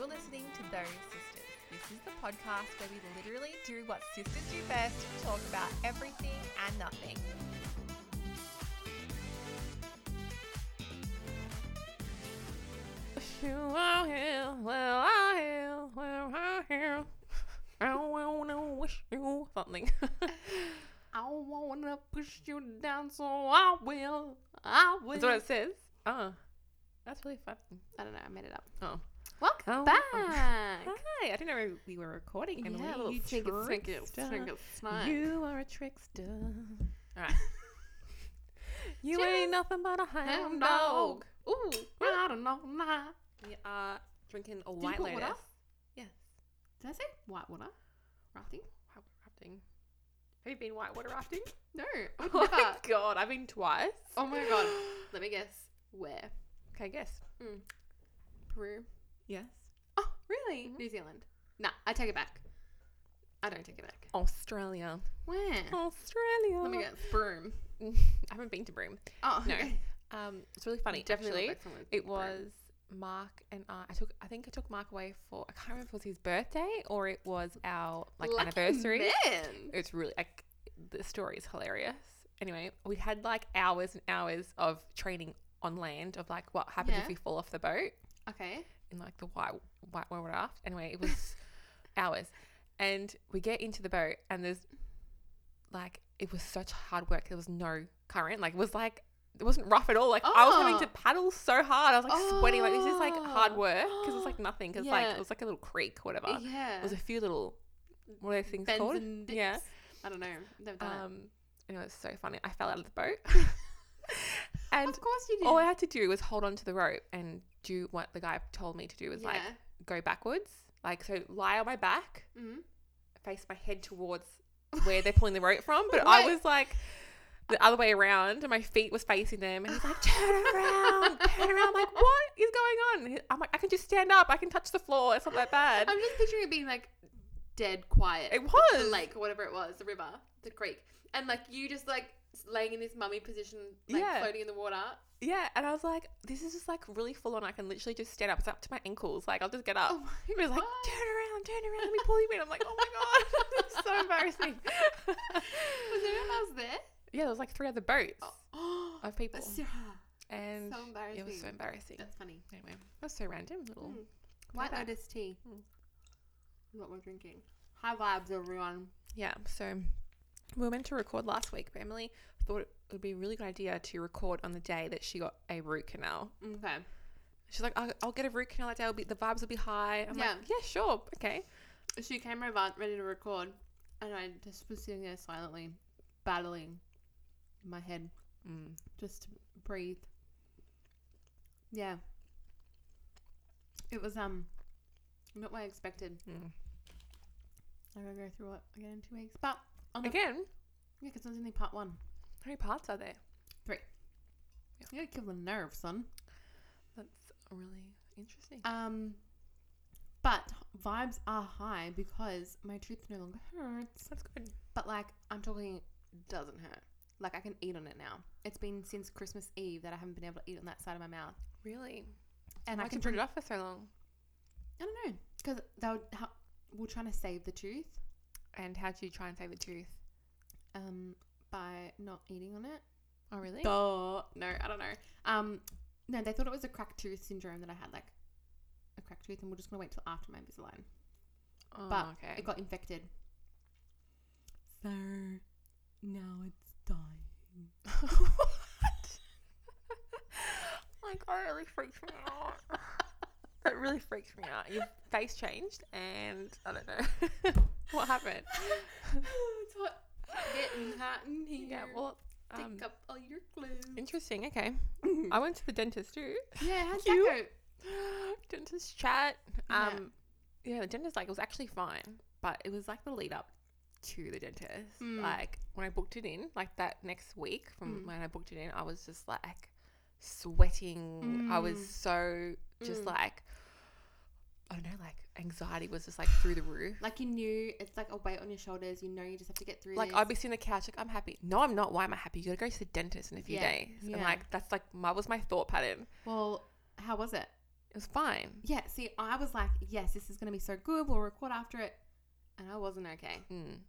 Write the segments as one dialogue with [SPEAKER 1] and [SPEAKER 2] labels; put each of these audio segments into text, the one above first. [SPEAKER 1] listening to Those Sisters. This is the podcast where we literally do what sisters do best talk about everything and nothing.
[SPEAKER 2] I wanna wish you something. I wanna push you down, so I will. I will.
[SPEAKER 1] That's what it says.
[SPEAKER 2] Oh, that's really fun.
[SPEAKER 1] I don't know, I made it up.
[SPEAKER 2] Oh,
[SPEAKER 1] Welcome
[SPEAKER 2] Oh,
[SPEAKER 1] back.
[SPEAKER 2] oh. hi! I didn't know we were recording. Emily.
[SPEAKER 1] Yeah, little
[SPEAKER 2] you
[SPEAKER 1] snicket, snicket,
[SPEAKER 2] trickster.
[SPEAKER 1] snicket, snack.
[SPEAKER 2] You are a trickster. All right. you
[SPEAKER 1] Just
[SPEAKER 2] ain't nothing but a
[SPEAKER 1] Ham
[SPEAKER 2] hound
[SPEAKER 1] dog.
[SPEAKER 2] dog.
[SPEAKER 1] Ooh,
[SPEAKER 2] I don't know. Nah. We are drinking a
[SPEAKER 1] Did you
[SPEAKER 2] white
[SPEAKER 1] put
[SPEAKER 2] lotus.
[SPEAKER 1] water?
[SPEAKER 2] Yes.
[SPEAKER 1] Did I say white water? Rafting?
[SPEAKER 2] Whitewater rafting. Have you been whitewater rafting?
[SPEAKER 1] No. I would
[SPEAKER 2] Oh my
[SPEAKER 1] never.
[SPEAKER 2] god, I've been twice.
[SPEAKER 1] Oh my god. Let me guess. Where?
[SPEAKER 2] Okay, guess.
[SPEAKER 1] Peru.
[SPEAKER 2] Yes.
[SPEAKER 1] Oh, really?
[SPEAKER 2] Mhm.
[SPEAKER 1] New Zealand. Nah, I take it back. I don't take it back.
[SPEAKER 2] Australia.
[SPEAKER 1] Where?
[SPEAKER 2] Australia.
[SPEAKER 1] Let me guess. Broom.
[SPEAKER 2] I haven't been to Broome.
[SPEAKER 1] Oh,
[SPEAKER 2] No.
[SPEAKER 1] okay.
[SPEAKER 2] Um, it's really funny.
[SPEAKER 1] Definitely.
[SPEAKER 2] Definitely.
[SPEAKER 1] look like someone with
[SPEAKER 2] It
[SPEAKER 1] broom.
[SPEAKER 2] was Mark and I. I took. I think I took Mark away for. I can't remember if it was his birthday or it was our like
[SPEAKER 1] Lucky
[SPEAKER 2] anniversary.
[SPEAKER 1] Man.
[SPEAKER 2] It's really like the story is hilarious. Anyway, we had like hours and hours of training on land of like what happens
[SPEAKER 1] Yeah.
[SPEAKER 2] if we fall off the boat
[SPEAKER 1] Okay.
[SPEAKER 2] in like the white white world raft. Anyway, it was hours, and we get into the boat and there's like it was such hard work. There was no current. Like it was like it wasn't rough at all. Like I was having
[SPEAKER 1] Oh.
[SPEAKER 2] to paddle so hard. I was like sweating. Like this is like hard
[SPEAKER 1] Oh.
[SPEAKER 2] work because it's like nothing. Because like
[SPEAKER 1] Yeah.
[SPEAKER 2] it was like a little creek, whatever.
[SPEAKER 1] yeah.
[SPEAKER 2] It was a few little what are those things
[SPEAKER 1] Bends
[SPEAKER 2] called?
[SPEAKER 1] and dips.
[SPEAKER 2] Yeah.
[SPEAKER 1] I don't know. Never done
[SPEAKER 2] Um, anyway, it's so funny. I fell out of the boat,
[SPEAKER 1] it.
[SPEAKER 2] and
[SPEAKER 1] Of course you did.
[SPEAKER 2] all I had to do was hold on to the rope and do what the guy told me to do was like
[SPEAKER 1] yeah.
[SPEAKER 2] go backwards, like so lie on my back,
[SPEAKER 1] Mhm.
[SPEAKER 2] face my head towards where they're pulling the rope from, but I
[SPEAKER 1] Wait.
[SPEAKER 2] was like the other way around, and my feet was facing them, and he's like, "Turn around, turn around!" I'm like, what is going on? And he- I'm like, I can just stand up, I can touch the floor. It's not that bad.
[SPEAKER 1] I'm just picturing it being like dead quiet.
[SPEAKER 2] It was
[SPEAKER 1] the lake or whatever it was, the river, the creek, and like you just like s- laying in this mummy position, like
[SPEAKER 2] Yeah.
[SPEAKER 1] floating in the water.
[SPEAKER 2] Yeah, and I was like, this is just like really full on. I can literally just stand up. It's up to my ankles. Like I'll just get up.
[SPEAKER 1] Oh my
[SPEAKER 2] He was like,
[SPEAKER 1] God.
[SPEAKER 2] turn around, turn around, let me pull you in. I'm like, oh my god, it's so embarrassing.
[SPEAKER 1] Was everyone else there?
[SPEAKER 2] yeah, there was like three other boats
[SPEAKER 1] Oh,
[SPEAKER 2] of people,
[SPEAKER 1] Sarah,
[SPEAKER 2] and
[SPEAKER 1] so
[SPEAKER 2] it was so
[SPEAKER 1] embarrassing.
[SPEAKER 2] embarrassing.
[SPEAKER 1] That's funny.
[SPEAKER 2] Anyway, that was so random. Little
[SPEAKER 1] Mm. White
[SPEAKER 2] Throwback.
[SPEAKER 1] lotus tea.
[SPEAKER 2] Mm.
[SPEAKER 1] Is What we're drinking. High vibes, everyone.
[SPEAKER 2] yeah. So we were meant to record last week, but Emily thought it would be a really good idea to record on the day that she got a root canal.
[SPEAKER 1] Okay.
[SPEAKER 2] She's like, I'll, I'll get a root canal that day. It'll be, the vibes will be high. I'm
[SPEAKER 1] Yeah.
[SPEAKER 2] like, yeah, sure, okay.
[SPEAKER 1] She came over ready to record, and I just was sitting there silently, battling my head
[SPEAKER 2] Mm.
[SPEAKER 1] just to breathe. Yeah. It was um not what I expected.
[SPEAKER 2] Mm.
[SPEAKER 1] I'm gonna go through it again in two weeks, but Um,
[SPEAKER 2] Again,
[SPEAKER 1] yeah, because it's only part one.
[SPEAKER 2] How many parts are there?
[SPEAKER 1] You gotta kill the nerve, son.
[SPEAKER 2] That's really interesting.
[SPEAKER 1] Um, but vibes are high because my tooth no longer hurts.
[SPEAKER 2] That's good.
[SPEAKER 1] But like I'm talking, it doesn't hurt. Like I can eat on it now. It's been since Christmas Eve that I haven't been able to eat on that side of my mouth,
[SPEAKER 2] Really?
[SPEAKER 1] and I can
[SPEAKER 2] put
[SPEAKER 1] drink.
[SPEAKER 2] it off for so long.
[SPEAKER 1] I don't know because they were, how, we're trying to save the tooth.
[SPEAKER 2] And how do you try and save the tooth?
[SPEAKER 1] um by not eating on it.
[SPEAKER 2] Oh, really?
[SPEAKER 1] Duh. No, I don't know. Um, no, they thought it was a cracked tooth syndrome that I had, like a cracked tooth, and we're just gonna wait till after my Invisalign.
[SPEAKER 2] Oh,
[SPEAKER 1] but
[SPEAKER 2] okay.
[SPEAKER 1] It got infected, so now it's dying.
[SPEAKER 2] like, that really freaks me out. that really freaks me out. Your face changed, and I don't know. what happened?
[SPEAKER 1] it's hot, getting hot in here.
[SPEAKER 2] Yeah, well, um,
[SPEAKER 1] Take up all your clothes.
[SPEAKER 2] interesting. Okay. I went to the dentist too.
[SPEAKER 1] Yeah, how'd
[SPEAKER 2] You-
[SPEAKER 1] that
[SPEAKER 2] dentist chat.
[SPEAKER 1] Yeah.
[SPEAKER 2] Um, yeah. the dentist like it was actually fine, but it was like the lead up to the dentist.
[SPEAKER 1] Mm.
[SPEAKER 2] Like when I booked it in, like that next week from
[SPEAKER 1] Mm.
[SPEAKER 2] when I booked it in, I was just like sweating. I was
[SPEAKER 1] Mm.
[SPEAKER 2] so just
[SPEAKER 1] Mm.
[SPEAKER 2] like I don't know, like anxiety was just like through the roof.
[SPEAKER 1] go? Like you knew, it's like a weight on your shoulders. You know, you just have to get through.
[SPEAKER 2] Like
[SPEAKER 1] this.
[SPEAKER 2] I'd be sitting on the couch, like I'm happy. No, I'm not. Why am I happy? You gotta go to the dentist in a few
[SPEAKER 1] Yeah.
[SPEAKER 2] days,
[SPEAKER 1] Yeah.
[SPEAKER 2] and like that's like my was my thought pattern.
[SPEAKER 1] Well, how was it?
[SPEAKER 2] It was fine.
[SPEAKER 1] Yeah, see, I was like, yes, this is going to be so good. We'll record after it. And I wasn't okay.
[SPEAKER 2] Mm.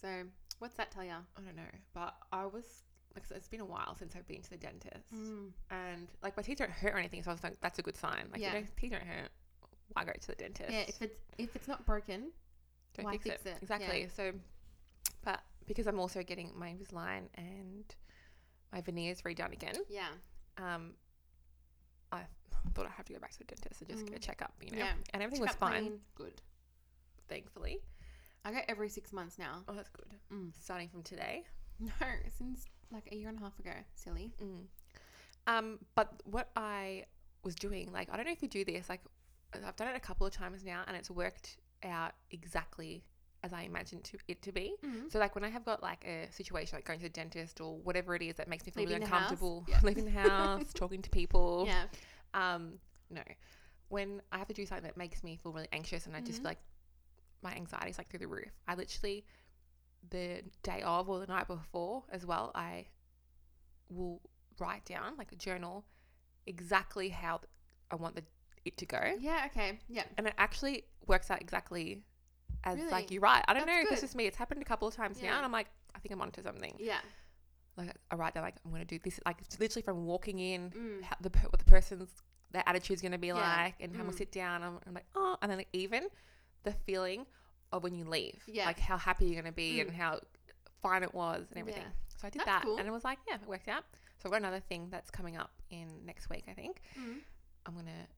[SPEAKER 1] So, what's that tell ya?
[SPEAKER 2] I don't know, but I was like, so it's been a while since I've been to the dentist, and like my teeth don't hurt or anything, so I was like, that's a good sign. Like,
[SPEAKER 1] Yeah.
[SPEAKER 2] if your teeth don't hurt, why go to the dentist?
[SPEAKER 1] Yeah, if it's if it's not broken,
[SPEAKER 2] don't
[SPEAKER 1] why
[SPEAKER 2] fix,
[SPEAKER 1] fix
[SPEAKER 2] it.
[SPEAKER 1] it?
[SPEAKER 2] Exactly. So, but because I'm also getting my Invisalign and my veneers redone again,
[SPEAKER 1] yeah,
[SPEAKER 2] um, I thought I have to go back to the dentist and just get a
[SPEAKER 1] Mm.
[SPEAKER 2] checkup, you know.
[SPEAKER 1] Yeah.
[SPEAKER 2] And everything
[SPEAKER 1] Checkup
[SPEAKER 2] was fine,
[SPEAKER 1] plan, Good.
[SPEAKER 2] thankfully.
[SPEAKER 1] I go every six months now.
[SPEAKER 2] Oh, that's good.
[SPEAKER 1] Mm.
[SPEAKER 2] Starting from today.
[SPEAKER 1] No, since like a year and a half ago. Silly.
[SPEAKER 2] Mm. Um, but what I was doing, like, I don't know if you do this, like, I've done it a couple of times now, and it's worked out exactly as I imagined to, it to be.
[SPEAKER 1] Mm.
[SPEAKER 2] So, like, when I have got like a situation, like going to the dentist or whatever it is that makes me feel
[SPEAKER 1] Leaving
[SPEAKER 2] really
[SPEAKER 1] the house?
[SPEAKER 2] uncomfortable,
[SPEAKER 1] Yeah.
[SPEAKER 2] leaving the house, talking to people,
[SPEAKER 1] Yeah.
[SPEAKER 2] um, no, when I have to do something that makes me feel really anxious, and I just
[SPEAKER 1] Mhm.
[SPEAKER 2] feel like my anxiety is like through the roof. I literally the day of or the night before as well, I will write down like a journal exactly how I want the, it to go,
[SPEAKER 1] Yeah. Okay. Yeah.
[SPEAKER 2] and it actually works out exactly as like
[SPEAKER 1] Really?
[SPEAKER 2] you write. I
[SPEAKER 1] That's
[SPEAKER 2] don't know if it's
[SPEAKER 1] good.
[SPEAKER 2] just me. It's happened a couple of times now,
[SPEAKER 1] Yeah.
[SPEAKER 2] and I'm like, I think I'm onto something.
[SPEAKER 1] Yeah.
[SPEAKER 2] Like I write down like I'm gonna do this, like it's literally from walking in
[SPEAKER 1] Mm.
[SPEAKER 2] how the per- what the person's their attitude's going to be
[SPEAKER 1] Yeah.
[SPEAKER 2] like and how we
[SPEAKER 1] Mm.
[SPEAKER 2] sit down I'm, I'm like oh and then like, even the feeling of when you leave
[SPEAKER 1] Yeah.
[SPEAKER 2] like how happy you're going to be and
[SPEAKER 1] Mm.
[SPEAKER 2] how fine it was and everything
[SPEAKER 1] Yeah.
[SPEAKER 2] so i did
[SPEAKER 1] That's
[SPEAKER 2] that
[SPEAKER 1] cool.
[SPEAKER 2] and it was like yeah it worked out so i've got another thing that's coming up in next week i think
[SPEAKER 1] Mm.
[SPEAKER 2] i'm going to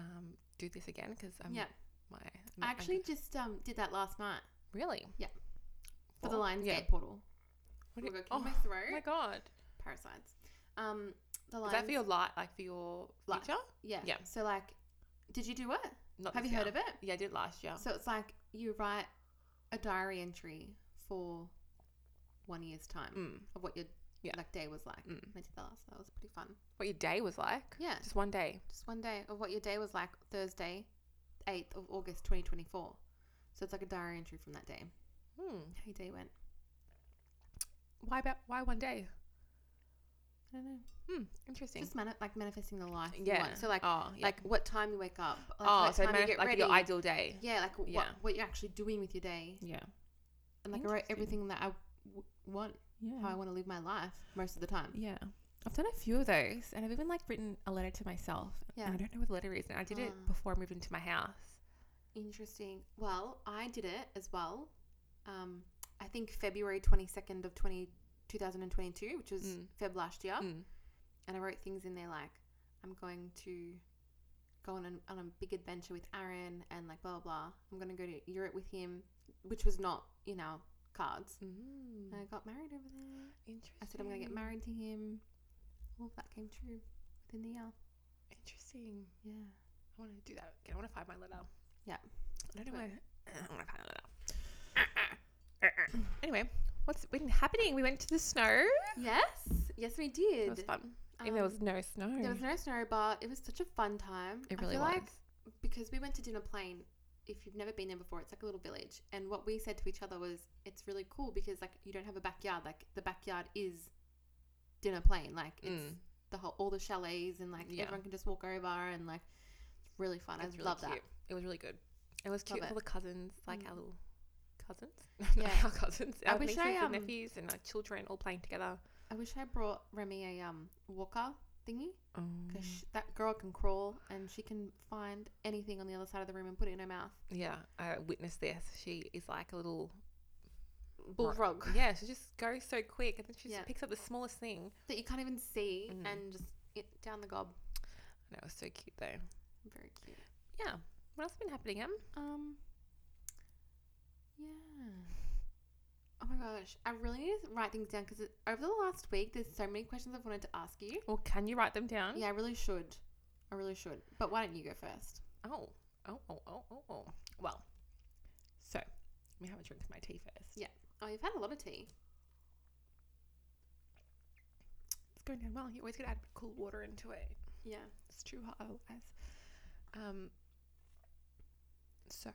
[SPEAKER 2] um do this again because i'm
[SPEAKER 1] Yeah.
[SPEAKER 2] my
[SPEAKER 1] I
[SPEAKER 2] my-
[SPEAKER 1] actually just um did that last night
[SPEAKER 2] really
[SPEAKER 1] Yeah. for the
[SPEAKER 2] Well,
[SPEAKER 1] Lionsgate
[SPEAKER 2] yeah
[SPEAKER 1] portal. Oh
[SPEAKER 2] What do
[SPEAKER 1] my
[SPEAKER 2] you-
[SPEAKER 1] God,
[SPEAKER 2] oh
[SPEAKER 1] can my
[SPEAKER 2] oh
[SPEAKER 1] throat?
[SPEAKER 2] my god
[SPEAKER 1] Parasites. Um, the
[SPEAKER 2] is
[SPEAKER 1] Lions.
[SPEAKER 2] that for your light like for your
[SPEAKER 1] Life.
[SPEAKER 2] future
[SPEAKER 1] yeah.
[SPEAKER 2] Yeah.
[SPEAKER 1] So like, did you do it?
[SPEAKER 2] Not
[SPEAKER 1] Have
[SPEAKER 2] this
[SPEAKER 1] you heard
[SPEAKER 2] year.
[SPEAKER 1] of it?
[SPEAKER 2] yeah i did it last year
[SPEAKER 1] So it's like you write a diary entry for one year's time
[SPEAKER 2] mm,
[SPEAKER 1] of what your
[SPEAKER 2] Yeah.
[SPEAKER 1] like day was like.
[SPEAKER 2] mm.
[SPEAKER 1] I did that last. That was pretty fun.
[SPEAKER 2] what your day was like
[SPEAKER 1] Yeah,
[SPEAKER 2] just one day
[SPEAKER 1] just one day of what your day was like. Thursday, eighth of August, twenty twenty four. So it's like a diary entry from that day.
[SPEAKER 2] Hmm.
[SPEAKER 1] How your day went.
[SPEAKER 2] Why about why one day?
[SPEAKER 1] I don't know.
[SPEAKER 2] Hmm. Interesting.
[SPEAKER 1] Just mani- like manifesting the life. you
[SPEAKER 2] yeah.
[SPEAKER 1] want. So like,
[SPEAKER 2] oh, yeah.
[SPEAKER 1] like what time you wake up. Like
[SPEAKER 2] oh,
[SPEAKER 1] what
[SPEAKER 2] so
[SPEAKER 1] time
[SPEAKER 2] manif- like your ideal day.
[SPEAKER 1] Yeah, like what
[SPEAKER 2] Yeah.
[SPEAKER 1] what you're actually doing with your day,
[SPEAKER 2] Yeah.
[SPEAKER 1] and like I wrote
[SPEAKER 2] Interesting.
[SPEAKER 1] everything
[SPEAKER 2] Mm.
[SPEAKER 1] that I w- want,
[SPEAKER 2] Yeah.
[SPEAKER 1] how I want to live my life most of the time.
[SPEAKER 2] yeah. I've done a few of those, and I've even like written a letter to myself.
[SPEAKER 1] Yeah.
[SPEAKER 2] And I don't know what the letter is, and I did it
[SPEAKER 1] Ah.
[SPEAKER 2] before I moved into my house.
[SPEAKER 1] Interesting. Well, I did it as well. Um, I think February 22nd of 20, 2022, which was
[SPEAKER 2] Mm.
[SPEAKER 1] Feb last year.
[SPEAKER 2] Mm.
[SPEAKER 1] And I wrote things in there like, I'm going to go on, an, on a big adventure with Aaron and like blah, blah, blah. I'm going to go to Europe with him, which was not in our cards.
[SPEAKER 2] Mm.
[SPEAKER 1] And I got married over there.
[SPEAKER 2] Interesting.
[SPEAKER 1] I said I'm going to get married to him. All of that came true within the year.
[SPEAKER 2] Interesting.
[SPEAKER 1] Yeah.
[SPEAKER 2] I want to do that. again. I want to find my letter.
[SPEAKER 1] Yeah.
[SPEAKER 2] I don't know.
[SPEAKER 1] But-
[SPEAKER 2] why- I want to find my letter. anyway, what's been happening? We went to the snow.
[SPEAKER 1] Yes. Yes, we
[SPEAKER 2] It
[SPEAKER 1] did.
[SPEAKER 2] was fun. Even there
[SPEAKER 1] Um,
[SPEAKER 2] was no snow.
[SPEAKER 1] There was no snow, but it was such a fun time.
[SPEAKER 2] Hmm. it really
[SPEAKER 1] I feel
[SPEAKER 2] was.
[SPEAKER 1] like because we went to Dinner Plain, if you've never been there before, it's like a little village. And what we said to each other was, it's really cool because like you don't have a backyard. Like the backyard is Dinner Plain. Like it's
[SPEAKER 2] Mm.
[SPEAKER 1] the whole all the chalets and like
[SPEAKER 2] Yeah.
[SPEAKER 1] everyone can just walk over and like it's really fun.
[SPEAKER 2] It's
[SPEAKER 1] I
[SPEAKER 2] really
[SPEAKER 1] love
[SPEAKER 2] cute. It was really good. It was cute
[SPEAKER 1] Love
[SPEAKER 2] for
[SPEAKER 1] it.
[SPEAKER 2] the cousins, like our
[SPEAKER 1] Mm.
[SPEAKER 2] little cousins.
[SPEAKER 1] Yeah.
[SPEAKER 2] our cousins.
[SPEAKER 1] I
[SPEAKER 2] Our
[SPEAKER 1] wish
[SPEAKER 2] nieces
[SPEAKER 1] I, um,
[SPEAKER 2] and nephews and our children all playing together.
[SPEAKER 1] that. I wish I brought Remy a um walker thingy because
[SPEAKER 2] Um,
[SPEAKER 1] that girl can crawl and she can find anything on the other side of the room and put it in her mouth.
[SPEAKER 2] yeah, I witnessed this. She is like a little
[SPEAKER 1] Bullfrog.
[SPEAKER 2] Yeah, she just goes so quick, and then she just
[SPEAKER 1] Yeah.
[SPEAKER 2] picks up the smallest thing.
[SPEAKER 1] that you can't even see
[SPEAKER 2] Mm.
[SPEAKER 1] and just it, down the gob.
[SPEAKER 2] And it was so cute though.
[SPEAKER 1] Very cute.
[SPEAKER 2] Yeah. What else has been happening, Em?
[SPEAKER 1] Um. Yeah. Oh my gosh, I really need to write things down because over the last week, there's so many questions I've wanted to ask you.
[SPEAKER 2] Well, can you write them down?
[SPEAKER 1] Yeah, I really should. I really should. But why don't you go first?
[SPEAKER 2] Oh, oh, oh, oh, oh, oh. Well, so let me have a drink of my tea first.
[SPEAKER 1] Yeah. Oh, you've had a lot of tea.
[SPEAKER 2] It's going down well. You always got to add cool water into it.
[SPEAKER 1] Yeah.
[SPEAKER 2] It's too hot otherwise. Um, so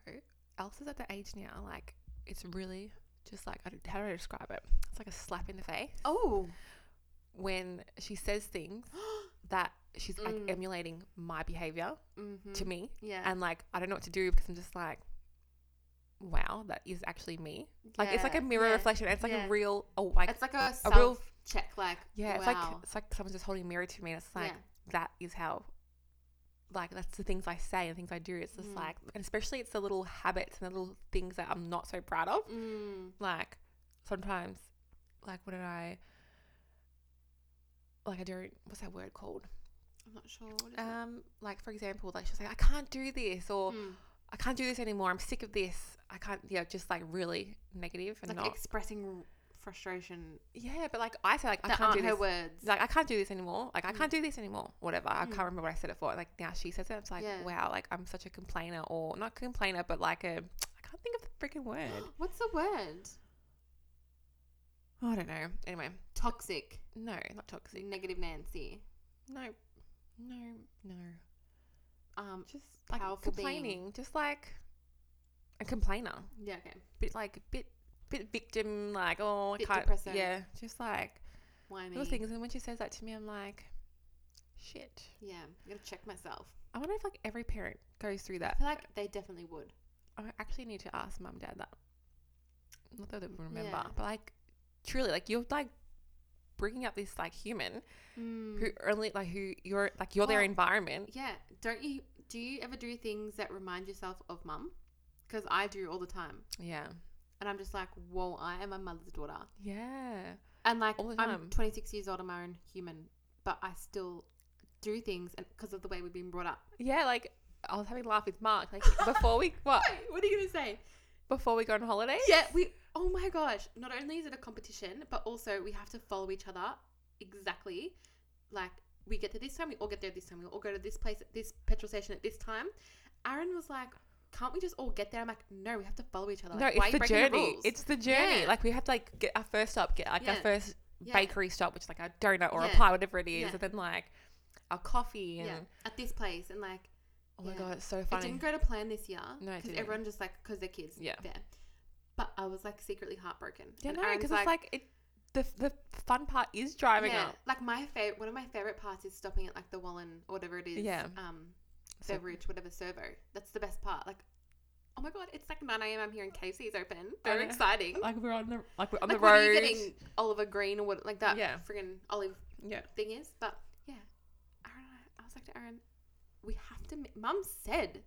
[SPEAKER 2] Elsa's at the age now, like it's really just like I don't, how do I describe it? It's like a slap in the face
[SPEAKER 1] Oh.
[SPEAKER 2] when she says things that she's like
[SPEAKER 1] Mm.
[SPEAKER 2] emulating my behavior
[SPEAKER 1] Mm-hmm.
[SPEAKER 2] to me.
[SPEAKER 1] Yeah.
[SPEAKER 2] And like, I don't know what to do because I'm just like, wow, that is actually me. Like, it's like
[SPEAKER 1] Yeah,
[SPEAKER 2] a mirror
[SPEAKER 1] yeah.
[SPEAKER 2] reflection. It's like
[SPEAKER 1] yeah.
[SPEAKER 2] a real, oh, like,
[SPEAKER 1] It's like a,
[SPEAKER 2] a real-
[SPEAKER 1] self check. Like
[SPEAKER 2] yeah, it's like,
[SPEAKER 1] wow.
[SPEAKER 2] it's like someone's just holding a mirror to me. And it's like,
[SPEAKER 1] Yeah.
[SPEAKER 2] that is how, like, that's the things I say and things I do. It's just
[SPEAKER 1] Mm.
[SPEAKER 2] like, and especially it's the little habits and the little things that I'm not so proud of.
[SPEAKER 1] Mm.
[SPEAKER 2] Like, sometimes, like, what did I, like, I don't, what's that word called?
[SPEAKER 1] I'm not sure. What is it?
[SPEAKER 2] Um, like for example, like she's like, I can't do this, or
[SPEAKER 1] Mm.
[SPEAKER 2] I can't do this anymore. I'm sick of this. I can't. Yeah, just like really negative and
[SPEAKER 1] Like
[SPEAKER 2] not.
[SPEAKER 1] expressing r- frustration
[SPEAKER 2] yeah, but like I say, like I
[SPEAKER 1] that
[SPEAKER 2] can't
[SPEAKER 1] aren't
[SPEAKER 2] do
[SPEAKER 1] her
[SPEAKER 2] this.
[SPEAKER 1] words.
[SPEAKER 2] Like I can't do this anymore. Like I
[SPEAKER 1] Mm.
[SPEAKER 2] can't do this anymore. Whatever. I
[SPEAKER 1] Mm.
[SPEAKER 2] can't remember what I said it for. Like now she says it. It's like
[SPEAKER 1] Yeah.
[SPEAKER 2] wow. Like I'm such a complainer, or not complainer, but like a. I can't think of the freaking word.
[SPEAKER 1] What's the word?
[SPEAKER 2] Oh, I don't know. Anyway,
[SPEAKER 1] Toxic.
[SPEAKER 2] no, not toxic.
[SPEAKER 1] Negative Nancy.
[SPEAKER 2] No, no, no.
[SPEAKER 1] Um.
[SPEAKER 2] Just like
[SPEAKER 1] Powerful being.
[SPEAKER 2] complaining. Just like a complainer.
[SPEAKER 1] Yeah. Okay.
[SPEAKER 2] bit like bit bit victim like oh
[SPEAKER 1] Bit
[SPEAKER 2] I can't
[SPEAKER 1] depressing.
[SPEAKER 2] yeah just like
[SPEAKER 1] Why me?
[SPEAKER 2] little things and when she says that to me I'm like shit
[SPEAKER 1] Yeah. I'm gonna check myself.
[SPEAKER 2] I wonder if like every parent goes through
[SPEAKER 1] I
[SPEAKER 2] that
[SPEAKER 1] feel like they definitely would.
[SPEAKER 2] I actually need to ask mum dad that not that they would remember
[SPEAKER 1] Yeah.
[SPEAKER 2] but like truly like you're like bringing up this like human
[SPEAKER 1] Mm.
[SPEAKER 2] who only like who you're like you're their
[SPEAKER 1] Well,
[SPEAKER 2] environment
[SPEAKER 1] Yeah. Don't you? Do you ever do things that remind yourself of mum? Because I do all the time,
[SPEAKER 2] yeah
[SPEAKER 1] and I'm just like, whoa, I am my mother's daughter,
[SPEAKER 2] yeah
[SPEAKER 1] and like
[SPEAKER 2] All the
[SPEAKER 1] I'm
[SPEAKER 2] time.
[SPEAKER 1] 26 years old, I'm my own human, but I still do things because of the way we've been brought up.
[SPEAKER 2] yeah like I was having a laugh with Mark like before we what
[SPEAKER 1] Wait, what are you gonna say?
[SPEAKER 2] before we go on holiday
[SPEAKER 1] Yeah, we. Oh my gosh! Not only is it a competition, but also we have to follow each other exactly. Like we get to this time, we all get there at this time. We all go to this place at this petrol station at this time. Aaron was like, "Can't we just all get there?" I'm like, "No, we have to follow each other."
[SPEAKER 2] No,
[SPEAKER 1] Like,
[SPEAKER 2] it's the
[SPEAKER 1] breaking
[SPEAKER 2] journey.
[SPEAKER 1] rules?"
[SPEAKER 2] it's the journey.
[SPEAKER 1] Yeah.
[SPEAKER 2] Like we have to like get our first stop, get like our
[SPEAKER 1] Yeah.
[SPEAKER 2] first
[SPEAKER 1] Yeah.
[SPEAKER 2] bakery stop, which is like a donut or
[SPEAKER 1] Yeah.
[SPEAKER 2] a pie, whatever it is,
[SPEAKER 1] Yeah.
[SPEAKER 2] and then like our coffee
[SPEAKER 1] yeah.
[SPEAKER 2] and
[SPEAKER 1] at this place, and like
[SPEAKER 2] oh my
[SPEAKER 1] Yeah.
[SPEAKER 2] god, it's so
[SPEAKER 1] it
[SPEAKER 2] funny.
[SPEAKER 1] didn't go to plan this year
[SPEAKER 2] No, it
[SPEAKER 1] because
[SPEAKER 2] didn't.
[SPEAKER 1] everyone just like because they're kids.
[SPEAKER 2] Yeah.
[SPEAKER 1] there. But I was like secretly heartbroken.
[SPEAKER 2] yeah,
[SPEAKER 1] And
[SPEAKER 2] no,
[SPEAKER 1] Aaron's
[SPEAKER 2] because it's like it. The the fun part is driving up.
[SPEAKER 1] Like my favorite, one of my favorite parts is stopping at like the Wallen or whatever it is.
[SPEAKER 2] Yeah.
[SPEAKER 1] Um,
[SPEAKER 2] So-
[SPEAKER 1] beverage, whatever servo. That's the best part. Like, oh my god, it's like nine a.m. I'm here and KFC's open.
[SPEAKER 2] I
[SPEAKER 1] They're
[SPEAKER 2] know.
[SPEAKER 1] exciting.
[SPEAKER 2] Like we're on the like we're on
[SPEAKER 1] Like,
[SPEAKER 2] the
[SPEAKER 1] what are you
[SPEAKER 2] road.
[SPEAKER 1] getting Oliver Green or what like that
[SPEAKER 2] Yeah.
[SPEAKER 1] friggin' olive
[SPEAKER 2] Yeah,
[SPEAKER 1] thing is. But yeah, Aaron, and I, I was like to Aaron, we have to. meet Mum said,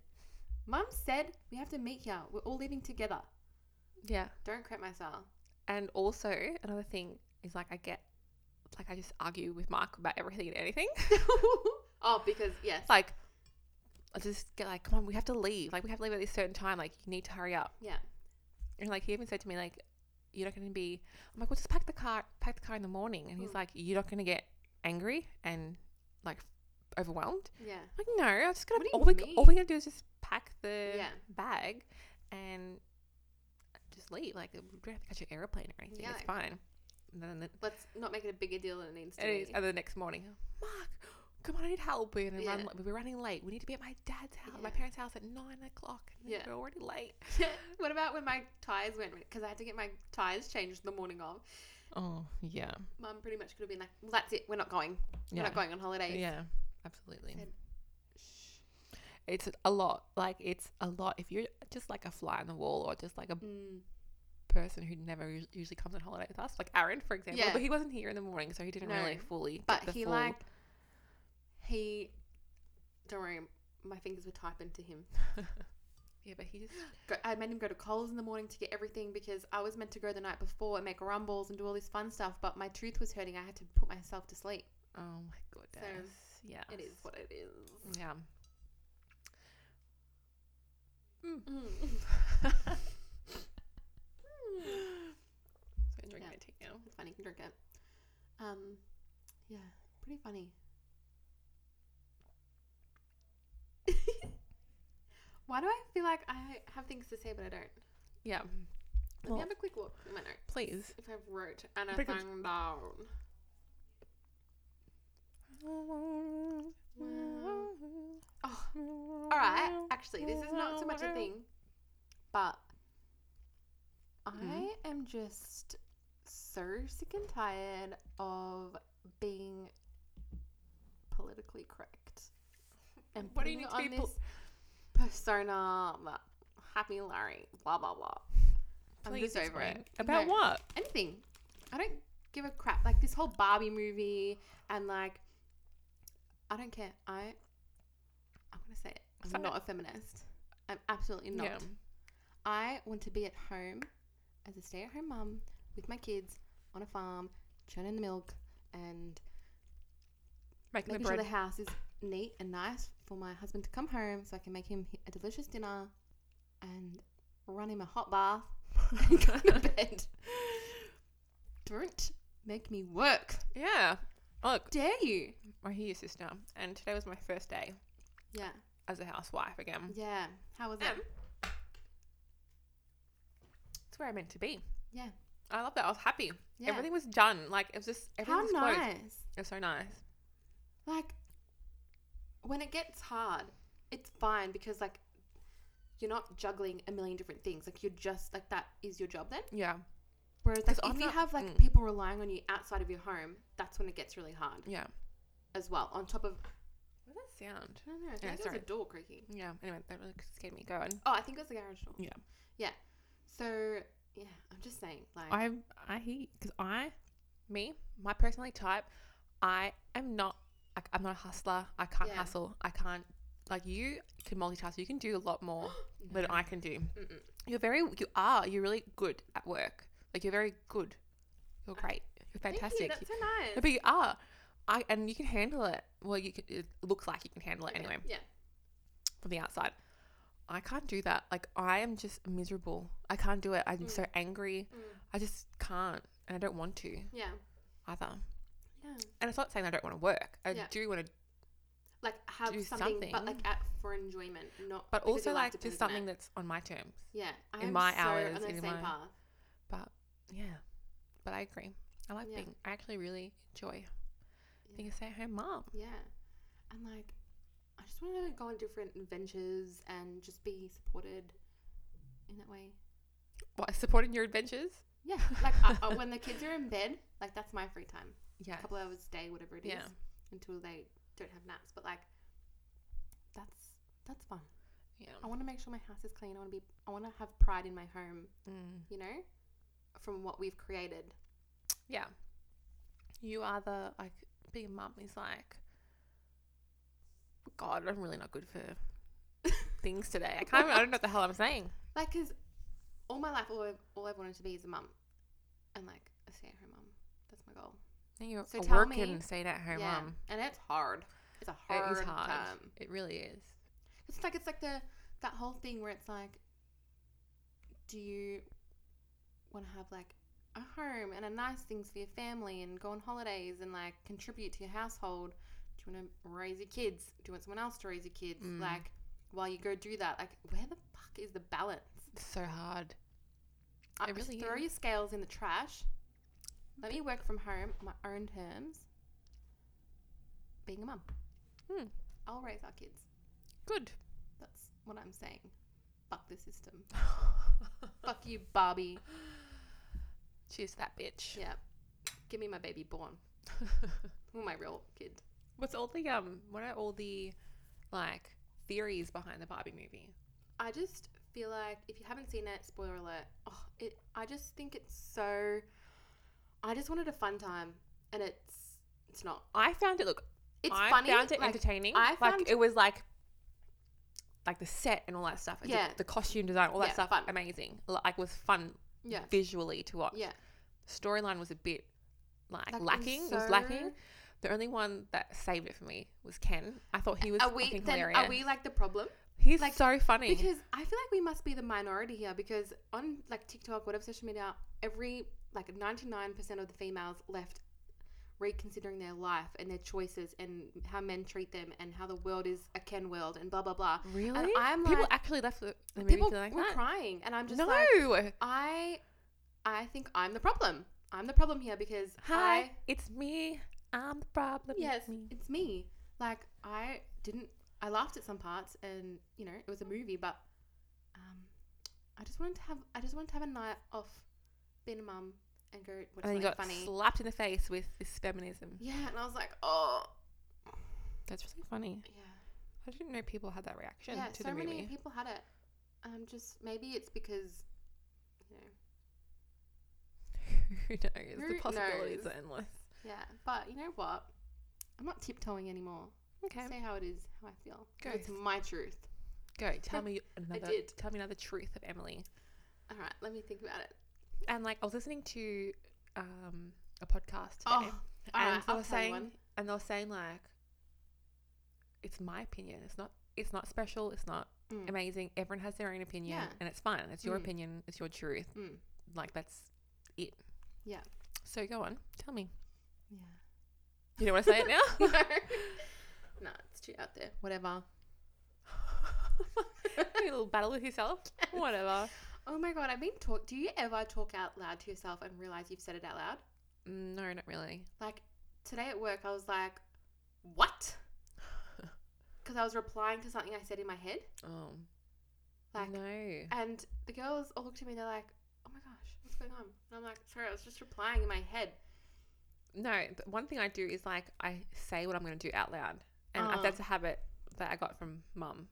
[SPEAKER 1] Mum said we have to meet here. We're all leaving together.
[SPEAKER 2] yeah.
[SPEAKER 1] Don't crap myself.
[SPEAKER 2] And also another thing is like I get like I just argue with Mark about everything and anything.
[SPEAKER 1] oh, because yes,
[SPEAKER 2] like I just get like, come on, we have to leave. Like we have to leave at this certain time. Like you need to hurry up.
[SPEAKER 1] yeah,
[SPEAKER 2] And like he even said to me, like, you're not gonna be I'm like, well just pack the car pack the car in the morning and he's
[SPEAKER 1] Mm.
[SPEAKER 2] like, You're not gonna get angry and like overwhelmed?
[SPEAKER 1] yeah,
[SPEAKER 2] I'm like, no, I'm just gonna
[SPEAKER 1] What do
[SPEAKER 2] all
[SPEAKER 1] you
[SPEAKER 2] we all we're
[SPEAKER 1] mean?
[SPEAKER 2] gonna do is just pack the
[SPEAKER 1] Yeah.
[SPEAKER 2] bag and just leave. Like we don't have to catch an aeroplane or anything.
[SPEAKER 1] Yeah,
[SPEAKER 2] It's
[SPEAKER 1] like-
[SPEAKER 2] fine. And then the,
[SPEAKER 1] Let's not make it a bigger deal than it needs to
[SPEAKER 2] and, it's-
[SPEAKER 1] be.
[SPEAKER 2] and the next morning, Mark, come on, I need help. We're gonna run
[SPEAKER 1] Yeah.
[SPEAKER 2] late. we were running late. We need to be at my dad's house, my
[SPEAKER 1] Yeah.
[SPEAKER 2] parents' house at nine o'clock. And
[SPEAKER 1] Yeah.
[SPEAKER 2] we're already late.
[SPEAKER 1] what about when my tires went? Because I had to get my tires changed the morning of.
[SPEAKER 2] Oh yeah.
[SPEAKER 1] Mum pretty much could have been like, well, "That's it. We're not going. We're not going on holidays."
[SPEAKER 2] Yeah, absolutely.
[SPEAKER 1] Said-
[SPEAKER 2] It's a lot. Like it's a lot. If you're just like a fly on the wall, or just like a
[SPEAKER 1] Mm.
[SPEAKER 2] person who never us- usually comes on holiday with us, like Aaron, for example.
[SPEAKER 1] Yeah.
[SPEAKER 2] But he wasn't here in the morning, so he didn't really
[SPEAKER 1] No.
[SPEAKER 2] fully. get
[SPEAKER 1] But
[SPEAKER 2] the
[SPEAKER 1] he
[SPEAKER 2] full-
[SPEAKER 1] like he. Don't worry, my fingers were typing to him.
[SPEAKER 2] Yeah, but he just.
[SPEAKER 1] Go, I made him go to Coles in the morning to get everything because I was meant to go the night before and make rumbles and do all this fun stuff. But my tooth was hurting. I had to put myself to sleep.
[SPEAKER 2] Oh my goodness. yeah.
[SPEAKER 1] It is what it is.
[SPEAKER 2] Yeah.
[SPEAKER 1] Mm.
[SPEAKER 2] So enjoying
[SPEAKER 1] Yeah.
[SPEAKER 2] my tea now.
[SPEAKER 1] It's funny. You can drink it. Um, yeah, pretty funny. Why do I feel like I have things to say but I don't?
[SPEAKER 2] Yeah.
[SPEAKER 1] Let
[SPEAKER 2] Well-
[SPEAKER 1] me have a quick look in my notes
[SPEAKER 2] Please.
[SPEAKER 1] if I wrote and I
[SPEAKER 2] Because-
[SPEAKER 1] found out. Oh, all right. Actually, this is not so much a thing, but I
[SPEAKER 2] Mhm.
[SPEAKER 1] am just so sick and tired of being politically correct. And
[SPEAKER 2] What do you
[SPEAKER 1] putting
[SPEAKER 2] need
[SPEAKER 1] it
[SPEAKER 2] to be
[SPEAKER 1] on
[SPEAKER 2] pol-
[SPEAKER 1] this persona? blah, Happy Larry, blah blah blah. I'm
[SPEAKER 2] Please
[SPEAKER 1] just over
[SPEAKER 2] explain.
[SPEAKER 1] it.
[SPEAKER 2] About
[SPEAKER 1] No.
[SPEAKER 2] what?
[SPEAKER 1] anything. I don't give a crap. Like this whole Barbie movie and like I don't care. I I'm gonna say it. I'm
[SPEAKER 2] Say
[SPEAKER 1] not a feminist. I'm absolutely not.
[SPEAKER 2] Yeah.
[SPEAKER 1] I want to be at home as a stay at home mum with my kids on a farm, churning the milk and
[SPEAKER 2] Making the
[SPEAKER 1] making sure
[SPEAKER 2] bread.
[SPEAKER 1] the house is neat and nice for my husband to come home so I can make him a delicious dinner and run him a hot bath and go to bed. Don't make me work.
[SPEAKER 2] yeah. Look,
[SPEAKER 1] Dare you?
[SPEAKER 2] I hear your sister. And today was my first day
[SPEAKER 1] Yeah.
[SPEAKER 2] as a housewife again.
[SPEAKER 1] Yeah. How was it?
[SPEAKER 2] Um, It's where I meant to be.
[SPEAKER 1] Yeah.
[SPEAKER 2] I love that. I was happy.
[SPEAKER 1] yeah.
[SPEAKER 2] Everything was done. Like it was just everything
[SPEAKER 1] How
[SPEAKER 2] was
[SPEAKER 1] nice.
[SPEAKER 2] closed. It was so nice.
[SPEAKER 1] Like when it gets hard, it's fine because like you're not juggling a million different things. Like you're just like that is your job then.
[SPEAKER 2] Yeah.
[SPEAKER 1] Whereas like
[SPEAKER 2] 'Cause I'm
[SPEAKER 1] if you
[SPEAKER 2] not-
[SPEAKER 1] have like
[SPEAKER 2] mm.
[SPEAKER 1] people relying on you outside of your home, that's when it gets really hard.
[SPEAKER 2] Yeah.
[SPEAKER 1] as well. On top of,
[SPEAKER 2] What does that sound?
[SPEAKER 1] I don't know, I think
[SPEAKER 2] Yeah,
[SPEAKER 1] it was
[SPEAKER 2] sorry.
[SPEAKER 1] a door creaking.
[SPEAKER 2] Yeah. Anyway, that really scared me. Go on.
[SPEAKER 1] Oh, I think it was the garage door.
[SPEAKER 2] Yeah.
[SPEAKER 1] Yeah. So yeah, I'm just saying, like,
[SPEAKER 2] I I hate because I, me, my personality type, I am not. I, I'm not a hustler. I can't
[SPEAKER 1] Yeah.
[SPEAKER 2] hustle. I can't. Like you can multitask. You can do a lot more
[SPEAKER 1] no.
[SPEAKER 2] than I can do.
[SPEAKER 1] Mm-mm.
[SPEAKER 2] You're very. You are. You're really good at work. Like you're very good. You're great. You're
[SPEAKER 1] Thank you,
[SPEAKER 2] fantastic.
[SPEAKER 1] that's so
[SPEAKER 2] No,
[SPEAKER 1] nice.
[SPEAKER 2] but you are. I and you can handle it. Well, you can, it looks like you can handle it anyway
[SPEAKER 1] Yeah.
[SPEAKER 2] from the outside. I can't do that. Like I am just miserable. I can't do it. I'm
[SPEAKER 1] Mm.
[SPEAKER 2] so angry.
[SPEAKER 1] Yeah. Mm.
[SPEAKER 2] I just can't, and I don't want to
[SPEAKER 1] yeah.
[SPEAKER 2] either.
[SPEAKER 1] Yeah.
[SPEAKER 2] And it's not saying I don't want to work. I
[SPEAKER 1] Yeah.
[SPEAKER 2] do want to,
[SPEAKER 1] Like have
[SPEAKER 2] Do
[SPEAKER 1] something, but like at for enjoyment, not.
[SPEAKER 2] but
[SPEAKER 1] because
[SPEAKER 2] also
[SPEAKER 1] your life
[SPEAKER 2] like
[SPEAKER 1] depends
[SPEAKER 2] just
[SPEAKER 1] on
[SPEAKER 2] something
[SPEAKER 1] it.
[SPEAKER 2] that's on my terms.
[SPEAKER 1] Yeah. I
[SPEAKER 2] in
[SPEAKER 1] am
[SPEAKER 2] my
[SPEAKER 1] so
[SPEAKER 2] hours,
[SPEAKER 1] on the
[SPEAKER 2] in
[SPEAKER 1] same
[SPEAKER 2] my-
[SPEAKER 1] path.
[SPEAKER 2] Yeah, but I agree. I like
[SPEAKER 1] Yeah.
[SPEAKER 2] being. I actually really enjoy
[SPEAKER 1] Yeah.
[SPEAKER 2] being a stay-at-home mom.
[SPEAKER 1] Yeah. And like, I just want to go on different adventures and just be supported in that way.
[SPEAKER 2] What supporting your adventures?
[SPEAKER 1] Yeah. Like I, I, when the kids are in bed, like that's my free time.
[SPEAKER 2] Yeah,
[SPEAKER 1] couple hours a day, whatever it is,
[SPEAKER 2] Yeah.
[SPEAKER 1] until they don't have naps. But like, that's that's fun.
[SPEAKER 2] yeah.
[SPEAKER 1] I want to make sure my house is clean. I want to be. I want to have pride in my home.
[SPEAKER 2] Mm.
[SPEAKER 1] You know, from what we've created.
[SPEAKER 2] Yeah. You are the like being a mum is like God, I'm really not good for things today. I can't I don't know what the hell I'm saying.
[SPEAKER 1] Like, cause all my life, all I've, all I've wanted to be is a mum, and like a stay-at-home mum. That's my goal.
[SPEAKER 2] You're
[SPEAKER 1] So
[SPEAKER 2] a
[SPEAKER 1] tell
[SPEAKER 2] working
[SPEAKER 1] me-
[SPEAKER 2] staying at home mum.
[SPEAKER 1] and it's hard. It's a hard,
[SPEAKER 2] It is hard.
[SPEAKER 1] time.
[SPEAKER 2] It really is.
[SPEAKER 1] It's like it's like the that whole thing where it's like, do you want to have like a home and a nice things for your family and go on holidays and like contribute to your household? Do you want to raise your kids? Do you want someone else to raise your kids?
[SPEAKER 2] Mm.
[SPEAKER 1] Like while you go do that, like where the fuck is the balance?
[SPEAKER 2] It's so hard.
[SPEAKER 1] I
[SPEAKER 2] It really
[SPEAKER 1] throw
[SPEAKER 2] is.
[SPEAKER 1] your scales in the trash. Let me work from home on my own terms. Being a mum,
[SPEAKER 2] Hmm.
[SPEAKER 1] I'll raise our kids.
[SPEAKER 2] Good.
[SPEAKER 1] That's what I'm saying. Fuck the system. Fuck you, Barbie.
[SPEAKER 2] Cheers to that bitch.
[SPEAKER 1] Yeah. Give me my baby born. Or my real kid.
[SPEAKER 2] What's all the um what are all the like theories behind the Barbie movie?
[SPEAKER 1] I just feel like if you haven't seen it, spoiler alert. Oh, it. I just think it's so. I just wanted a fun time, and it's it's not.
[SPEAKER 2] I found it look
[SPEAKER 1] It's
[SPEAKER 2] I
[SPEAKER 1] funny.
[SPEAKER 2] found it
[SPEAKER 1] like,
[SPEAKER 2] entertaining.
[SPEAKER 1] I found-
[SPEAKER 2] like it was like like the set and all that stuff. and the-
[SPEAKER 1] Yeah.
[SPEAKER 2] The, costume design, all that
[SPEAKER 1] Yeah,
[SPEAKER 2] stuff,
[SPEAKER 1] fun.
[SPEAKER 2] amazing. L- Like was fun
[SPEAKER 1] yeah,
[SPEAKER 2] visually to watch.
[SPEAKER 1] yeah.
[SPEAKER 2] Storyline was a bit like,
[SPEAKER 1] Like, it was
[SPEAKER 2] lacking. Was,
[SPEAKER 1] so-
[SPEAKER 2] lacking. The only one that saved it for me was Ken. I thought he was
[SPEAKER 1] Are we
[SPEAKER 2] fucking
[SPEAKER 1] then?
[SPEAKER 2] hilarious.
[SPEAKER 1] Are we like the problem?
[SPEAKER 2] He's
[SPEAKER 1] like,
[SPEAKER 2] so funny.
[SPEAKER 1] Because I feel like we must be the minority here because on like TikTok, whatever social media, every like ninety nine percent of the females left reconsidering their life and their choices and how men treat them and how the world is a Ken world and blah blah blah.
[SPEAKER 2] really?
[SPEAKER 1] And I'm
[SPEAKER 2] people
[SPEAKER 1] like-
[SPEAKER 2] actually left the, the movie
[SPEAKER 1] People
[SPEAKER 2] feeling
[SPEAKER 1] were
[SPEAKER 2] like that.
[SPEAKER 1] crying and I'm just
[SPEAKER 2] no.
[SPEAKER 1] like I I think I'm the problem. I'm the problem here because
[SPEAKER 2] Hi,
[SPEAKER 1] I
[SPEAKER 2] it's me. I'm the problem. it's
[SPEAKER 1] Yes,
[SPEAKER 2] me.
[SPEAKER 1] it's me. Like I didn't. I laughed at some parts, and you know, it was a movie, but um, I just wanted to have. I just wanted to have a night off, being a mum, and go. What's
[SPEAKER 2] And then you
[SPEAKER 1] like
[SPEAKER 2] got
[SPEAKER 1] funny?
[SPEAKER 2] slapped in the face with this feminism.
[SPEAKER 1] yeah, and I was like, oh,
[SPEAKER 2] That's really funny.
[SPEAKER 1] Yeah.
[SPEAKER 2] I didn't know people had that reaction
[SPEAKER 1] yeah,
[SPEAKER 2] to
[SPEAKER 1] so
[SPEAKER 2] the movie.
[SPEAKER 1] many people had it. Um, just maybe it's because, you know,
[SPEAKER 2] Who knows?
[SPEAKER 1] Who
[SPEAKER 2] the possibilities
[SPEAKER 1] knows?
[SPEAKER 2] are endless.
[SPEAKER 1] yeah. But you know what? I'm not tiptoeing anymore.
[SPEAKER 2] Okay,
[SPEAKER 1] Say how it is, how I feel.
[SPEAKER 2] Go.
[SPEAKER 1] It's my truth.
[SPEAKER 2] go. Tell me another.
[SPEAKER 1] did.
[SPEAKER 2] Tell me another truth of Emily.
[SPEAKER 1] All right, let me think about it.
[SPEAKER 2] And like, I was listening to um a podcast.
[SPEAKER 1] Oh, all
[SPEAKER 2] today, and
[SPEAKER 1] right,
[SPEAKER 2] they
[SPEAKER 1] I'll
[SPEAKER 2] were
[SPEAKER 1] tell you
[SPEAKER 2] saying,
[SPEAKER 1] one.
[SPEAKER 2] and they were saying like, it's my opinion. It's not. It's not special. It's not
[SPEAKER 1] Mm.
[SPEAKER 2] amazing. Everyone has their own opinion,
[SPEAKER 1] Yeah.
[SPEAKER 2] and it's fine. It's your
[SPEAKER 1] Mm.
[SPEAKER 2] opinion. It's your truth.
[SPEAKER 1] Mm.
[SPEAKER 2] Like that's it.
[SPEAKER 1] Yeah.
[SPEAKER 2] So go on. Tell me.
[SPEAKER 1] Yeah.
[SPEAKER 2] You don't want to say it now?
[SPEAKER 1] no. Nah, it's too out there. Whatever.
[SPEAKER 2] Having a little battle with yourself. Whatever.
[SPEAKER 1] Oh my god, I've been talk. Do you ever talk out loud to yourself and realize you've said it out loud?
[SPEAKER 2] Mm, No, not really.
[SPEAKER 1] Like today at work, I was like, "What?" Because I was replying to something I said in my head,
[SPEAKER 2] Oh.
[SPEAKER 1] like,
[SPEAKER 2] no.
[SPEAKER 1] and the girls all looked at me. and They're like, "Oh my gosh, what's going on?" And I'm like, "Sorry, I was just replying in my head."
[SPEAKER 2] No, th- one thing I do is like I say what I'm going to do out loud, and I-
[SPEAKER 1] Oh.
[SPEAKER 2] that's a habit that I got from mum.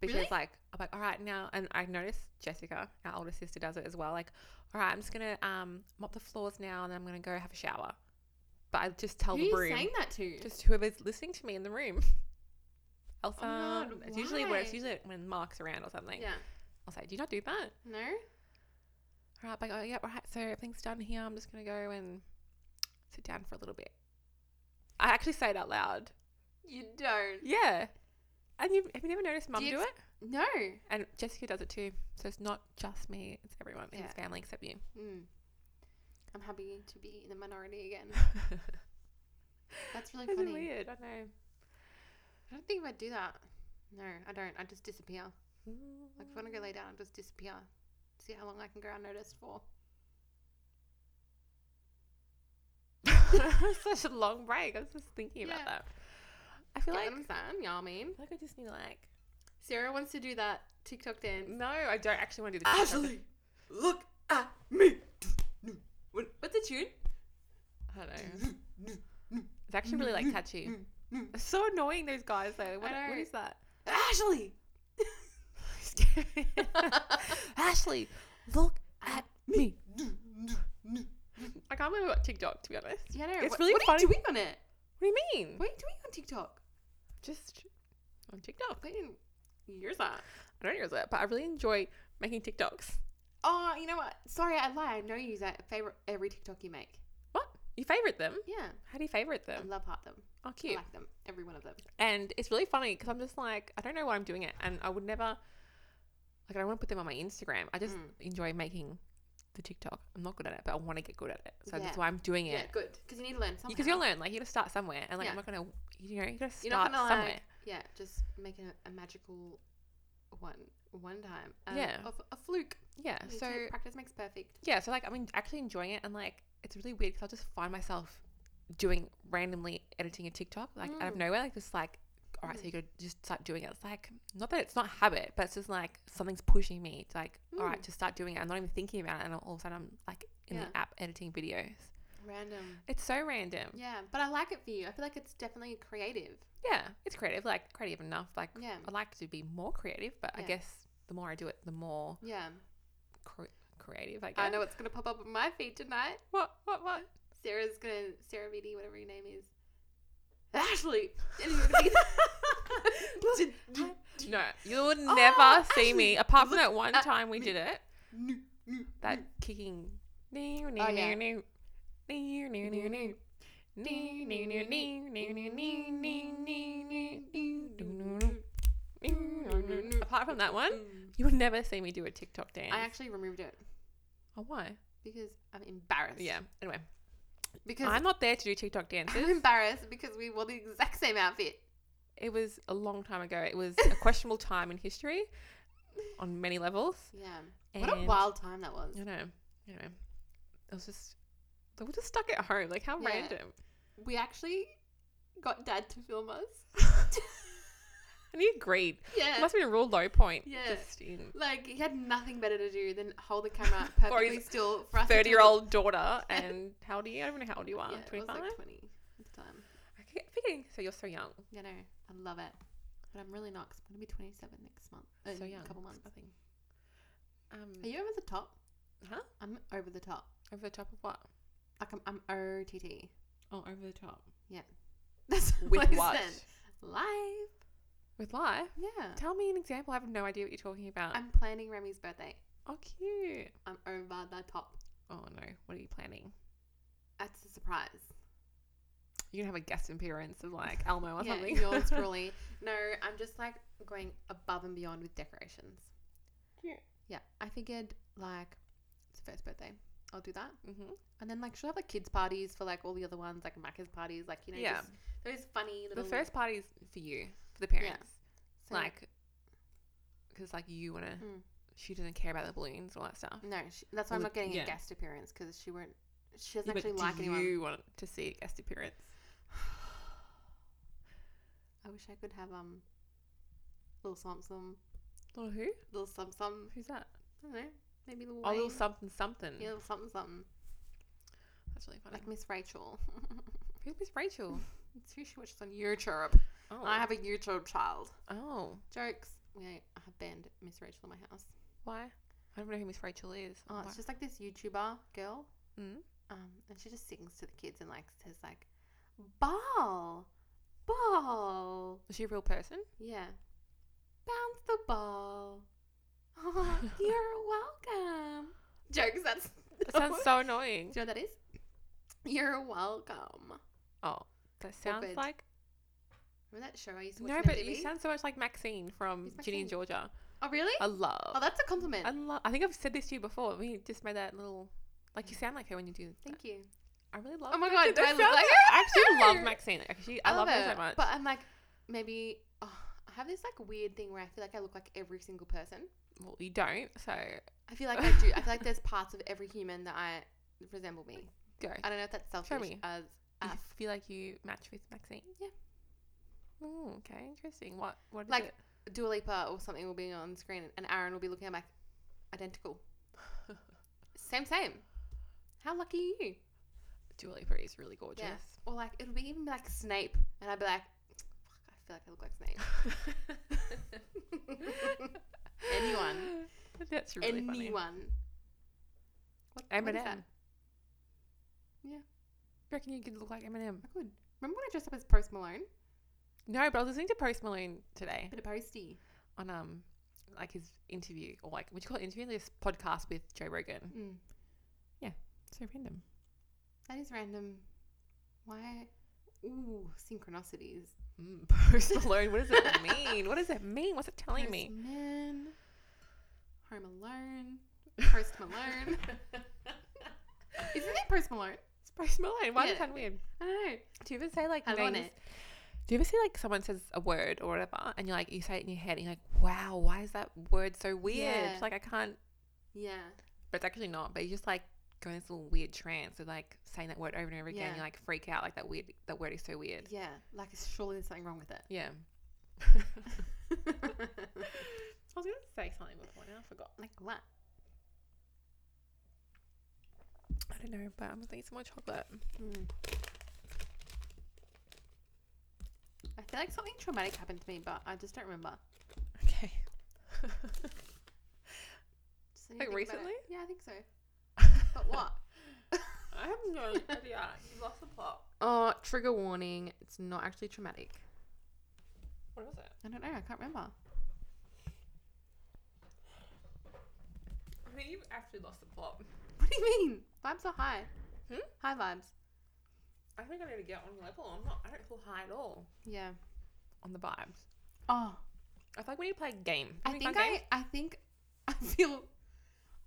[SPEAKER 2] Because
[SPEAKER 1] Really?
[SPEAKER 2] like I'm like, all right now, and I noticed Jessica, our older sister, does it as well. Like, all right, I'm just gonna um mop the floors now, and then I'm gonna go have a shower. But I just tell
[SPEAKER 1] Who are
[SPEAKER 2] the
[SPEAKER 1] you
[SPEAKER 2] room,
[SPEAKER 1] saying that to?
[SPEAKER 2] just whoever's listening to me in the room. I'll
[SPEAKER 1] Oh my
[SPEAKER 2] say,
[SPEAKER 1] God,
[SPEAKER 2] it's usually when it's
[SPEAKER 1] why?
[SPEAKER 2] usually when Mark's around or something.
[SPEAKER 1] yeah.
[SPEAKER 2] I'll say, do you not do that?
[SPEAKER 1] No.
[SPEAKER 2] All right, like, oh yeah, all right. So everything's done here. I'm just gonna go and sit down for a little bit. I actually say it out loud.
[SPEAKER 1] You don't.
[SPEAKER 2] Yeah. And you have you never noticed mum
[SPEAKER 1] you
[SPEAKER 2] do, it?
[SPEAKER 1] No.
[SPEAKER 2] And Jessica does it too. So it's not just me, it's everyone in
[SPEAKER 1] Yeah.
[SPEAKER 2] this family except you.
[SPEAKER 1] Mm. I'm happy to be in the minority again. That's really
[SPEAKER 2] Isn't
[SPEAKER 1] funny.
[SPEAKER 2] it weird? I know.
[SPEAKER 1] I don't think if I do that. No, I don't. I just disappear. Like if I want to go
[SPEAKER 2] Mm.
[SPEAKER 1] lay down, I just disappear. See how long I can go unnoticed for.
[SPEAKER 2] Such a long break. I was just thinking about
[SPEAKER 1] Yeah.
[SPEAKER 2] that. I feel
[SPEAKER 1] Get
[SPEAKER 2] like
[SPEAKER 1] what I'm saying? Yeah, I mean.
[SPEAKER 2] I feel like I just need to like
[SPEAKER 1] Sarah wants to do that TikTok dance.
[SPEAKER 2] No, I don't actually want to do the TikTok.
[SPEAKER 1] look at me. What- What's the tune?
[SPEAKER 2] I don't know. It's actually really like catchy.
[SPEAKER 1] Mm,
[SPEAKER 2] It's so annoying those guys though. What,
[SPEAKER 1] know.
[SPEAKER 2] what is that?
[SPEAKER 1] Ashley.
[SPEAKER 2] Ashley, look at me. I can't remember what TikTok to be honest.
[SPEAKER 1] Yeah, no,
[SPEAKER 2] It's
[SPEAKER 1] what,
[SPEAKER 2] really
[SPEAKER 1] what
[SPEAKER 2] funny.
[SPEAKER 1] are you doing on it?
[SPEAKER 2] What do you mean?
[SPEAKER 1] What are you doing on TikTok?
[SPEAKER 2] Just on TikTok.
[SPEAKER 1] What in years that?
[SPEAKER 2] I don't use it, but I really enjoy making TikToks.
[SPEAKER 1] Oh, you know what? Sorry, I lie. I know you use that favorite every TikTok you make.
[SPEAKER 2] What? You favorite them?
[SPEAKER 1] Yeah,
[SPEAKER 2] How do you favorite
[SPEAKER 1] I
[SPEAKER 2] them?
[SPEAKER 1] love heart them.
[SPEAKER 2] Oh,
[SPEAKER 1] I
[SPEAKER 2] cute.
[SPEAKER 1] like them. Every one of them.
[SPEAKER 2] And it's really funny because I'm just like, I don't know why I'm doing it. And I would never, like, I don't want to put them on my Instagram. I just
[SPEAKER 1] Mm.
[SPEAKER 2] enjoy making the TikTok. I'm not good at it, but I want to get good at it. So
[SPEAKER 1] Yeah.
[SPEAKER 2] that's why I'm doing
[SPEAKER 1] Yeah,
[SPEAKER 2] it.
[SPEAKER 1] good. Because you need to learn something.
[SPEAKER 2] Because you'll learn. Like, you gotta start somewhere. And, like,
[SPEAKER 1] Yeah.
[SPEAKER 2] I'm not gonna, you know, you gotta start
[SPEAKER 1] You're not gonna, like,
[SPEAKER 2] somewhere.
[SPEAKER 1] Yeah, just making a, a magical one one time. Um,
[SPEAKER 2] Yeah.
[SPEAKER 1] a f- a fluke.
[SPEAKER 2] yeah.
[SPEAKER 1] You need
[SPEAKER 2] So,
[SPEAKER 1] to- practice makes perfect.
[SPEAKER 2] yeah. So, like, I'm en- actually enjoying it. And, like, it's really weird because I'll just find myself doing randomly editing a TikTok, like, out of
[SPEAKER 1] Mm.
[SPEAKER 2] nowhere. Like, just like, all right, so you gotta just start doing it. It's like, not that it's not habit, but it's just like something's pushing me. It's like, all right,
[SPEAKER 1] Mm.
[SPEAKER 2] just start doing it. I'm not even thinking about it. And all of a sudden, I'm like in
[SPEAKER 1] Yeah.
[SPEAKER 2] the app editing videos.
[SPEAKER 1] Random.
[SPEAKER 2] It's so random. Yeah.
[SPEAKER 1] Yeah, but I like it for you. I feel like it's definitely creative.
[SPEAKER 2] it's creative, like, creative enough. Like,
[SPEAKER 1] Yeah.
[SPEAKER 2] I'd like to be more creative, but I
[SPEAKER 1] Mm. Yeah.
[SPEAKER 2] guess the more I do it, the more
[SPEAKER 1] Yeah.
[SPEAKER 2] cre- creative. I guess.
[SPEAKER 1] I know what's gonna pop up on my feed tonight.
[SPEAKER 2] What? What? What?
[SPEAKER 1] Sarah's gonna Sarah Beatty, whatever your name is. Ashley. And you're gonna be-
[SPEAKER 2] No, you would
[SPEAKER 1] Oh,
[SPEAKER 2] never see me apart from that one
[SPEAKER 1] at
[SPEAKER 2] time we
[SPEAKER 1] me. Mm.
[SPEAKER 2] did it. That kicking. New, new,
[SPEAKER 1] yeah.
[SPEAKER 2] new, new. New, new, new, new. New, new, new, new, new, new, new, new, new, new, new, new, new, new, new, new. Apart from that one, you would never see me do a TikTok dance.
[SPEAKER 1] I actually removed it
[SPEAKER 2] oh, why?
[SPEAKER 1] because I'm embarrassed.
[SPEAKER 2] Yeah. Anyway,
[SPEAKER 1] Because
[SPEAKER 2] I'm not there to do TikTok
[SPEAKER 1] I'm
[SPEAKER 2] dances.
[SPEAKER 1] embarrassed because we wore the exact same outfit.
[SPEAKER 2] It was a long time ago. It was a questionable time in history on many levels.
[SPEAKER 1] Yeah. What a
[SPEAKER 2] And-
[SPEAKER 1] wild time that was.
[SPEAKER 2] I know. I know. It was just they were just stuck at home. Like how
[SPEAKER 1] Yeah.
[SPEAKER 2] random.
[SPEAKER 1] We actually got dad to film us.
[SPEAKER 2] And he agreed. It
[SPEAKER 1] Yeah.
[SPEAKER 2] must have been a real low point.
[SPEAKER 1] Yeah.
[SPEAKER 2] Just in
[SPEAKER 1] Like he had nothing better to do than hold the camera perfectly
[SPEAKER 2] his
[SPEAKER 1] still for us. to do-
[SPEAKER 2] thirty year old daughter and how old are you? I don't even know how old you are.
[SPEAKER 1] Yeah, I
[SPEAKER 2] Twenty
[SPEAKER 1] was
[SPEAKER 2] five?
[SPEAKER 1] like twenty at the time.
[SPEAKER 2] I keep forgetting so you're so young.
[SPEAKER 1] You know, I love it. But I'm really not because I'm going to be 27 next month. uh,
[SPEAKER 2] so
[SPEAKER 1] in
[SPEAKER 2] young.
[SPEAKER 1] A couple months.
[SPEAKER 2] I think. Um,
[SPEAKER 1] Are you over the top?
[SPEAKER 2] Huh?
[SPEAKER 1] I'm over the top.
[SPEAKER 2] over the top of what?
[SPEAKER 1] Like I'm, I'm OTT.
[SPEAKER 2] Oh, over the top.
[SPEAKER 1] That's
[SPEAKER 2] With what?
[SPEAKER 1] listen, Life.
[SPEAKER 2] With life?
[SPEAKER 1] Yeah.
[SPEAKER 2] Tell me an example. I have no idea what you're talking about.
[SPEAKER 1] I'm planning Remy's birthday.
[SPEAKER 2] oh, cute.
[SPEAKER 1] I'm over the top.
[SPEAKER 2] Oh no. What are you planning?
[SPEAKER 1] That's a surprise.
[SPEAKER 2] You're gonna have a guest appearance of like Elmo or
[SPEAKER 1] yeah,
[SPEAKER 2] something.
[SPEAKER 1] yours truly. No, I'm just like going above and beyond with decorations.
[SPEAKER 2] Cute.
[SPEAKER 1] Yeah, I figured like it's her first birthday. I'll do that.
[SPEAKER 2] hmm
[SPEAKER 1] And then like she'll have like kids parties for like all the other ones, like Macca's parties, like you know,
[SPEAKER 2] Yeah.
[SPEAKER 1] just those funny
[SPEAKER 2] The
[SPEAKER 1] little
[SPEAKER 2] first party is for you, for the parents.
[SPEAKER 1] so-
[SPEAKER 2] Like, because like you wanna.
[SPEAKER 1] Mm.
[SPEAKER 2] She doesn't care about the balloons and all that stuff.
[SPEAKER 1] No, she, that's why I'm
[SPEAKER 2] Well,
[SPEAKER 1] not getting
[SPEAKER 2] yeah.
[SPEAKER 1] a guest appearance because she won't. She doesn't
[SPEAKER 2] Yeah, but
[SPEAKER 1] actually like
[SPEAKER 2] do
[SPEAKER 1] anyone.
[SPEAKER 2] you want to see a guest appearance?
[SPEAKER 1] I wish I could have um, little something,
[SPEAKER 2] Little who?
[SPEAKER 1] little some some.
[SPEAKER 2] Who's that?
[SPEAKER 1] I don't know, maybe little.
[SPEAKER 2] Oh, little
[SPEAKER 1] Wayne.
[SPEAKER 2] something something.
[SPEAKER 1] Yeah, little something something
[SPEAKER 2] That's really funny.
[SPEAKER 1] like Miss Rachel.
[SPEAKER 2] Who's Miss Rachel?
[SPEAKER 1] it's who she watches on YouTube.
[SPEAKER 2] Oh.
[SPEAKER 1] I have a YouTube child.
[SPEAKER 2] oh.
[SPEAKER 1] Jokes. We I have banned Miss Rachel in my house.
[SPEAKER 2] Why? I don't know who Miss Rachel is.
[SPEAKER 1] Oh,
[SPEAKER 2] Why?
[SPEAKER 1] it's just like this YouTuber girl,
[SPEAKER 2] Mm.
[SPEAKER 1] um, and she just sings to the kids and like says like, ball, ball.
[SPEAKER 2] Is she a real person?
[SPEAKER 1] Yeah. Bounce the ball. Oh, you're welcome. Jokes, that's.
[SPEAKER 2] That sounds so annoying.
[SPEAKER 1] Do you know what that is? You're welcome.
[SPEAKER 2] Oh, that sounds
[SPEAKER 1] Awkward.
[SPEAKER 2] like
[SPEAKER 1] Remember that show I used to watch?
[SPEAKER 2] no,
[SPEAKER 1] on
[SPEAKER 2] but
[SPEAKER 1] MTV?
[SPEAKER 2] you sound so much like Maxine from
[SPEAKER 1] Who's
[SPEAKER 2] Ginny and Georgia.
[SPEAKER 1] Oh, really?
[SPEAKER 2] I love.
[SPEAKER 1] Oh, that's a compliment.
[SPEAKER 2] I love. I think I've said this to you before. We just made that little. Like you sound like her when you do.
[SPEAKER 1] Thank you.
[SPEAKER 2] I really love.
[SPEAKER 1] Oh my god,
[SPEAKER 2] Maxine.
[SPEAKER 1] do I
[SPEAKER 2] That
[SPEAKER 1] look
[SPEAKER 2] sounds
[SPEAKER 1] like her?
[SPEAKER 2] I actually love
[SPEAKER 1] No.
[SPEAKER 2] Maxine. Like, she, I love, her
[SPEAKER 1] it.
[SPEAKER 2] so much.
[SPEAKER 1] But I'm like, maybe. Oh, I have this like weird thing where I feel like I look like every single person.
[SPEAKER 2] well, you don't. So
[SPEAKER 1] I feel like I do. I feel like there's parts of every human that I resemble me.
[SPEAKER 2] go.
[SPEAKER 1] I don't know if that's selfish.
[SPEAKER 2] me.
[SPEAKER 1] As
[SPEAKER 2] You
[SPEAKER 1] F.
[SPEAKER 2] feel like you match with Maxine.
[SPEAKER 1] Yeah.
[SPEAKER 2] Ooh, okay, interesting. What? What is
[SPEAKER 1] Like-
[SPEAKER 2] it?
[SPEAKER 1] Dua Lipa or something will be on screen and Aaron will be looking at me like, identical. same, same. How lucky are you?
[SPEAKER 2] Dua Lipa is really gorgeous.
[SPEAKER 1] Or like, it'll be even like Snape and I'd be like, fuck, I feel like I look like Snape. Anyone.
[SPEAKER 2] That's really funny.
[SPEAKER 1] Anyone. What, what is
[SPEAKER 2] Eminem.
[SPEAKER 1] that?
[SPEAKER 2] Yeah.
[SPEAKER 1] Yeah.
[SPEAKER 2] You reckon you could look like Eminem?
[SPEAKER 1] I could. Remember when I dressed up as Post Malone?
[SPEAKER 2] No, but I was listening to Post Malone today
[SPEAKER 1] bit of posty.
[SPEAKER 2] on um like his interview or like what do you call it interview this podcast with Joe Rogan.
[SPEAKER 1] Mm.
[SPEAKER 2] So random.
[SPEAKER 1] That is random. Why? Ooh, synchronicities.
[SPEAKER 2] Mm, Post Malone, what does it mean? what does it mean? What's it telling
[SPEAKER 1] Post
[SPEAKER 2] me?
[SPEAKER 1] Man, Home Alone, Post Malone. Isn't it Post Malone?
[SPEAKER 2] It's Post Malone. Why is it
[SPEAKER 1] Yeah.
[SPEAKER 2] kind of weird?
[SPEAKER 1] I don't know.
[SPEAKER 2] Do you ever say like
[SPEAKER 1] I want
[SPEAKER 2] names-
[SPEAKER 1] it.
[SPEAKER 2] Do you ever see like someone says a word or whatever, and you're like you say it in your head, and you're like, wow, why is that word so weird?
[SPEAKER 1] Yeah.
[SPEAKER 2] Like I can't.
[SPEAKER 1] Yeah.
[SPEAKER 2] But it's actually not. But you just like go in this little weird trance of like saying that word over and over again.
[SPEAKER 1] Yeah.
[SPEAKER 2] You like freak out. Like that weird. That word is so weird.
[SPEAKER 1] Yeah. Like, it's- surely there's something wrong with it.
[SPEAKER 2] Yeah. I was gonna say something before now. I forgot.
[SPEAKER 1] like, what?
[SPEAKER 2] I don't know, but I'm gonna eat some more chocolate.
[SPEAKER 1] Mm. I feel like something traumatic happened to me, but I just don't remember.
[SPEAKER 2] Okay.
[SPEAKER 1] Just need to
[SPEAKER 2] Like
[SPEAKER 1] think about it.
[SPEAKER 2] recently?
[SPEAKER 1] Yeah, I think so. But what?
[SPEAKER 2] I have no idea. You lost the plot.
[SPEAKER 1] Oh, trigger warning. It's not actually traumatic.
[SPEAKER 2] What was it?
[SPEAKER 1] I don't know. I can't remember.
[SPEAKER 2] I think you actually lost the plot.
[SPEAKER 1] What do you mean? Vibes are high.
[SPEAKER 2] Hmm?
[SPEAKER 1] High vibes.
[SPEAKER 2] I think I need to get on level. I'm not. I don't feel high at all
[SPEAKER 1] Yeah.
[SPEAKER 2] on the vibes.
[SPEAKER 1] Oh,
[SPEAKER 2] I feel like we need to play a game.
[SPEAKER 1] I
[SPEAKER 2] Can we
[SPEAKER 1] think
[SPEAKER 2] play a
[SPEAKER 1] I, I think I feel.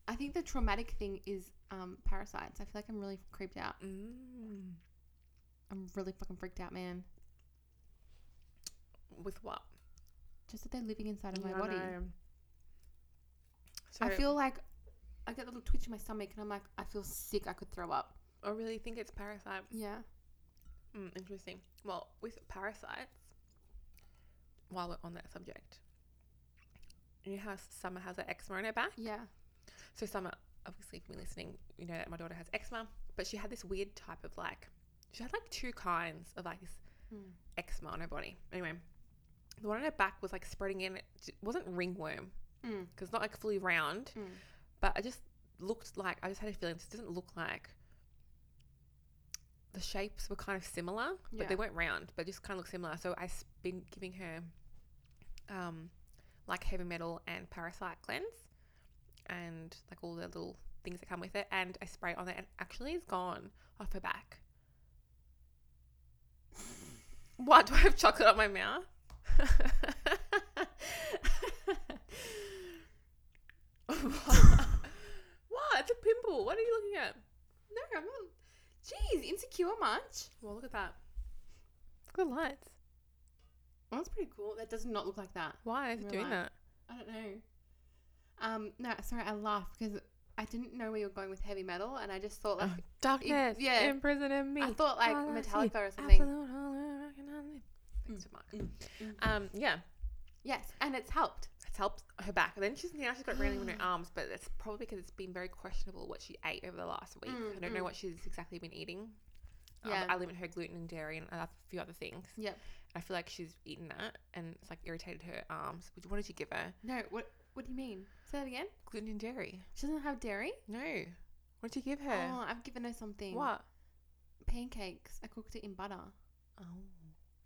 [SPEAKER 1] I think the traumatic thing is um, parasites. I feel like I'm really creeped out.
[SPEAKER 2] game?
[SPEAKER 1] I'm really fucking freaked out, man.
[SPEAKER 2] with what?
[SPEAKER 1] Just that they're living inside of my
[SPEAKER 2] Yeah, I
[SPEAKER 1] body.
[SPEAKER 2] know. So
[SPEAKER 1] I feel like I get a little twitch in my stomach, and I'm like, I feel sick. I could throw up.
[SPEAKER 2] I really think it's parasite.
[SPEAKER 1] Yeah.
[SPEAKER 2] Mm, interesting. Well, with parasites, while we're on that subject, you know how Summer has her eczema on her back.
[SPEAKER 1] Yeah.
[SPEAKER 2] So Summer, obviously, if you're listening, you know that my daughter has eczema, but she had this weird type of like, she had like two kinds of like this
[SPEAKER 1] Mm.
[SPEAKER 2] eczema on her body. Anyway, The one on her back was like spreading in. It j- wasn't ringworm
[SPEAKER 1] Mm.
[SPEAKER 2] because not like fully round,
[SPEAKER 1] Mm.
[SPEAKER 2] but I just looked like I just had a feeling this doesn't look like. The shapes were kind of similar, but
[SPEAKER 1] Yeah.
[SPEAKER 2] they weren't round, but just kind of look similar. So I've been giving her, um, like heavy metal and parasite cleanse, and like all the little things that come with it, and I spray it on it, and actually it's gone off her back. What do I have chocolate on my mouth? what? It's a pimple. What are you looking at?
[SPEAKER 1] No, I'm not. Jeez, insecure much?
[SPEAKER 2] Well, look at that. Look at the lights.
[SPEAKER 1] Well, that's pretty cool. That does not look like that.
[SPEAKER 2] Why is
[SPEAKER 1] Real
[SPEAKER 2] it doing
[SPEAKER 1] life.
[SPEAKER 2] that?
[SPEAKER 1] I don't know. Um, no, sorry, I laughed because I didn't know where you were going with heavy metal, and I just thought like
[SPEAKER 2] Oh, darkness.
[SPEAKER 1] yeah.
[SPEAKER 2] Imprisoning me.
[SPEAKER 1] I thought like
[SPEAKER 2] All I see,
[SPEAKER 1] Metallica or something.
[SPEAKER 2] Absolute hallelujah, recognize it. Thanks to Mark.
[SPEAKER 1] mm.
[SPEAKER 2] Um, yeah,
[SPEAKER 1] Yes, and it's helped.
[SPEAKER 2] it's helped her back. And then she's now she's got random in her arms, but that's probably because it's been very questionable what she ate over the last week.
[SPEAKER 1] Mm,
[SPEAKER 2] I don't know
[SPEAKER 1] mm.
[SPEAKER 2] what she's exactly been eating. Um,
[SPEAKER 1] Yeah.
[SPEAKER 2] I limit her gluten and dairy and a few other things.
[SPEAKER 1] Yep.
[SPEAKER 2] I feel like she's eaten that and it's like irritated her arms. Which- What did you give her?
[SPEAKER 1] No, what what do you mean? Say that again.
[SPEAKER 2] Gluten and dairy.
[SPEAKER 1] She doesn't have dairy.
[SPEAKER 2] No. What did you give her?
[SPEAKER 1] Oh, I've given her something.
[SPEAKER 2] what?
[SPEAKER 1] Pancakes. I cooked it in butter.
[SPEAKER 2] Oh.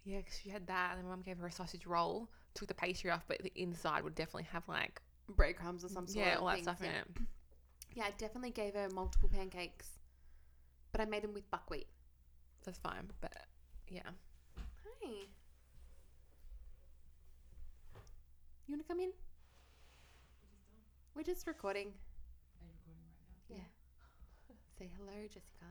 [SPEAKER 2] Yeah, 'cause she had that, and then my mum gave her a sausage roll, took the pastry off, but the inside would definitely have like
[SPEAKER 1] Breadcrumbs or some sort
[SPEAKER 2] yeah,
[SPEAKER 1] of
[SPEAKER 2] all that
[SPEAKER 1] things,
[SPEAKER 2] stuff
[SPEAKER 1] yeah.
[SPEAKER 2] in it.
[SPEAKER 1] Yeah, I definitely gave her multiple pancakes. But I made them with buckwheat.
[SPEAKER 2] That's fine, but yeah.
[SPEAKER 1] Hi. You wanna come in? We're just recording. Are you recording right now? Yeah. Say hello, Jessica.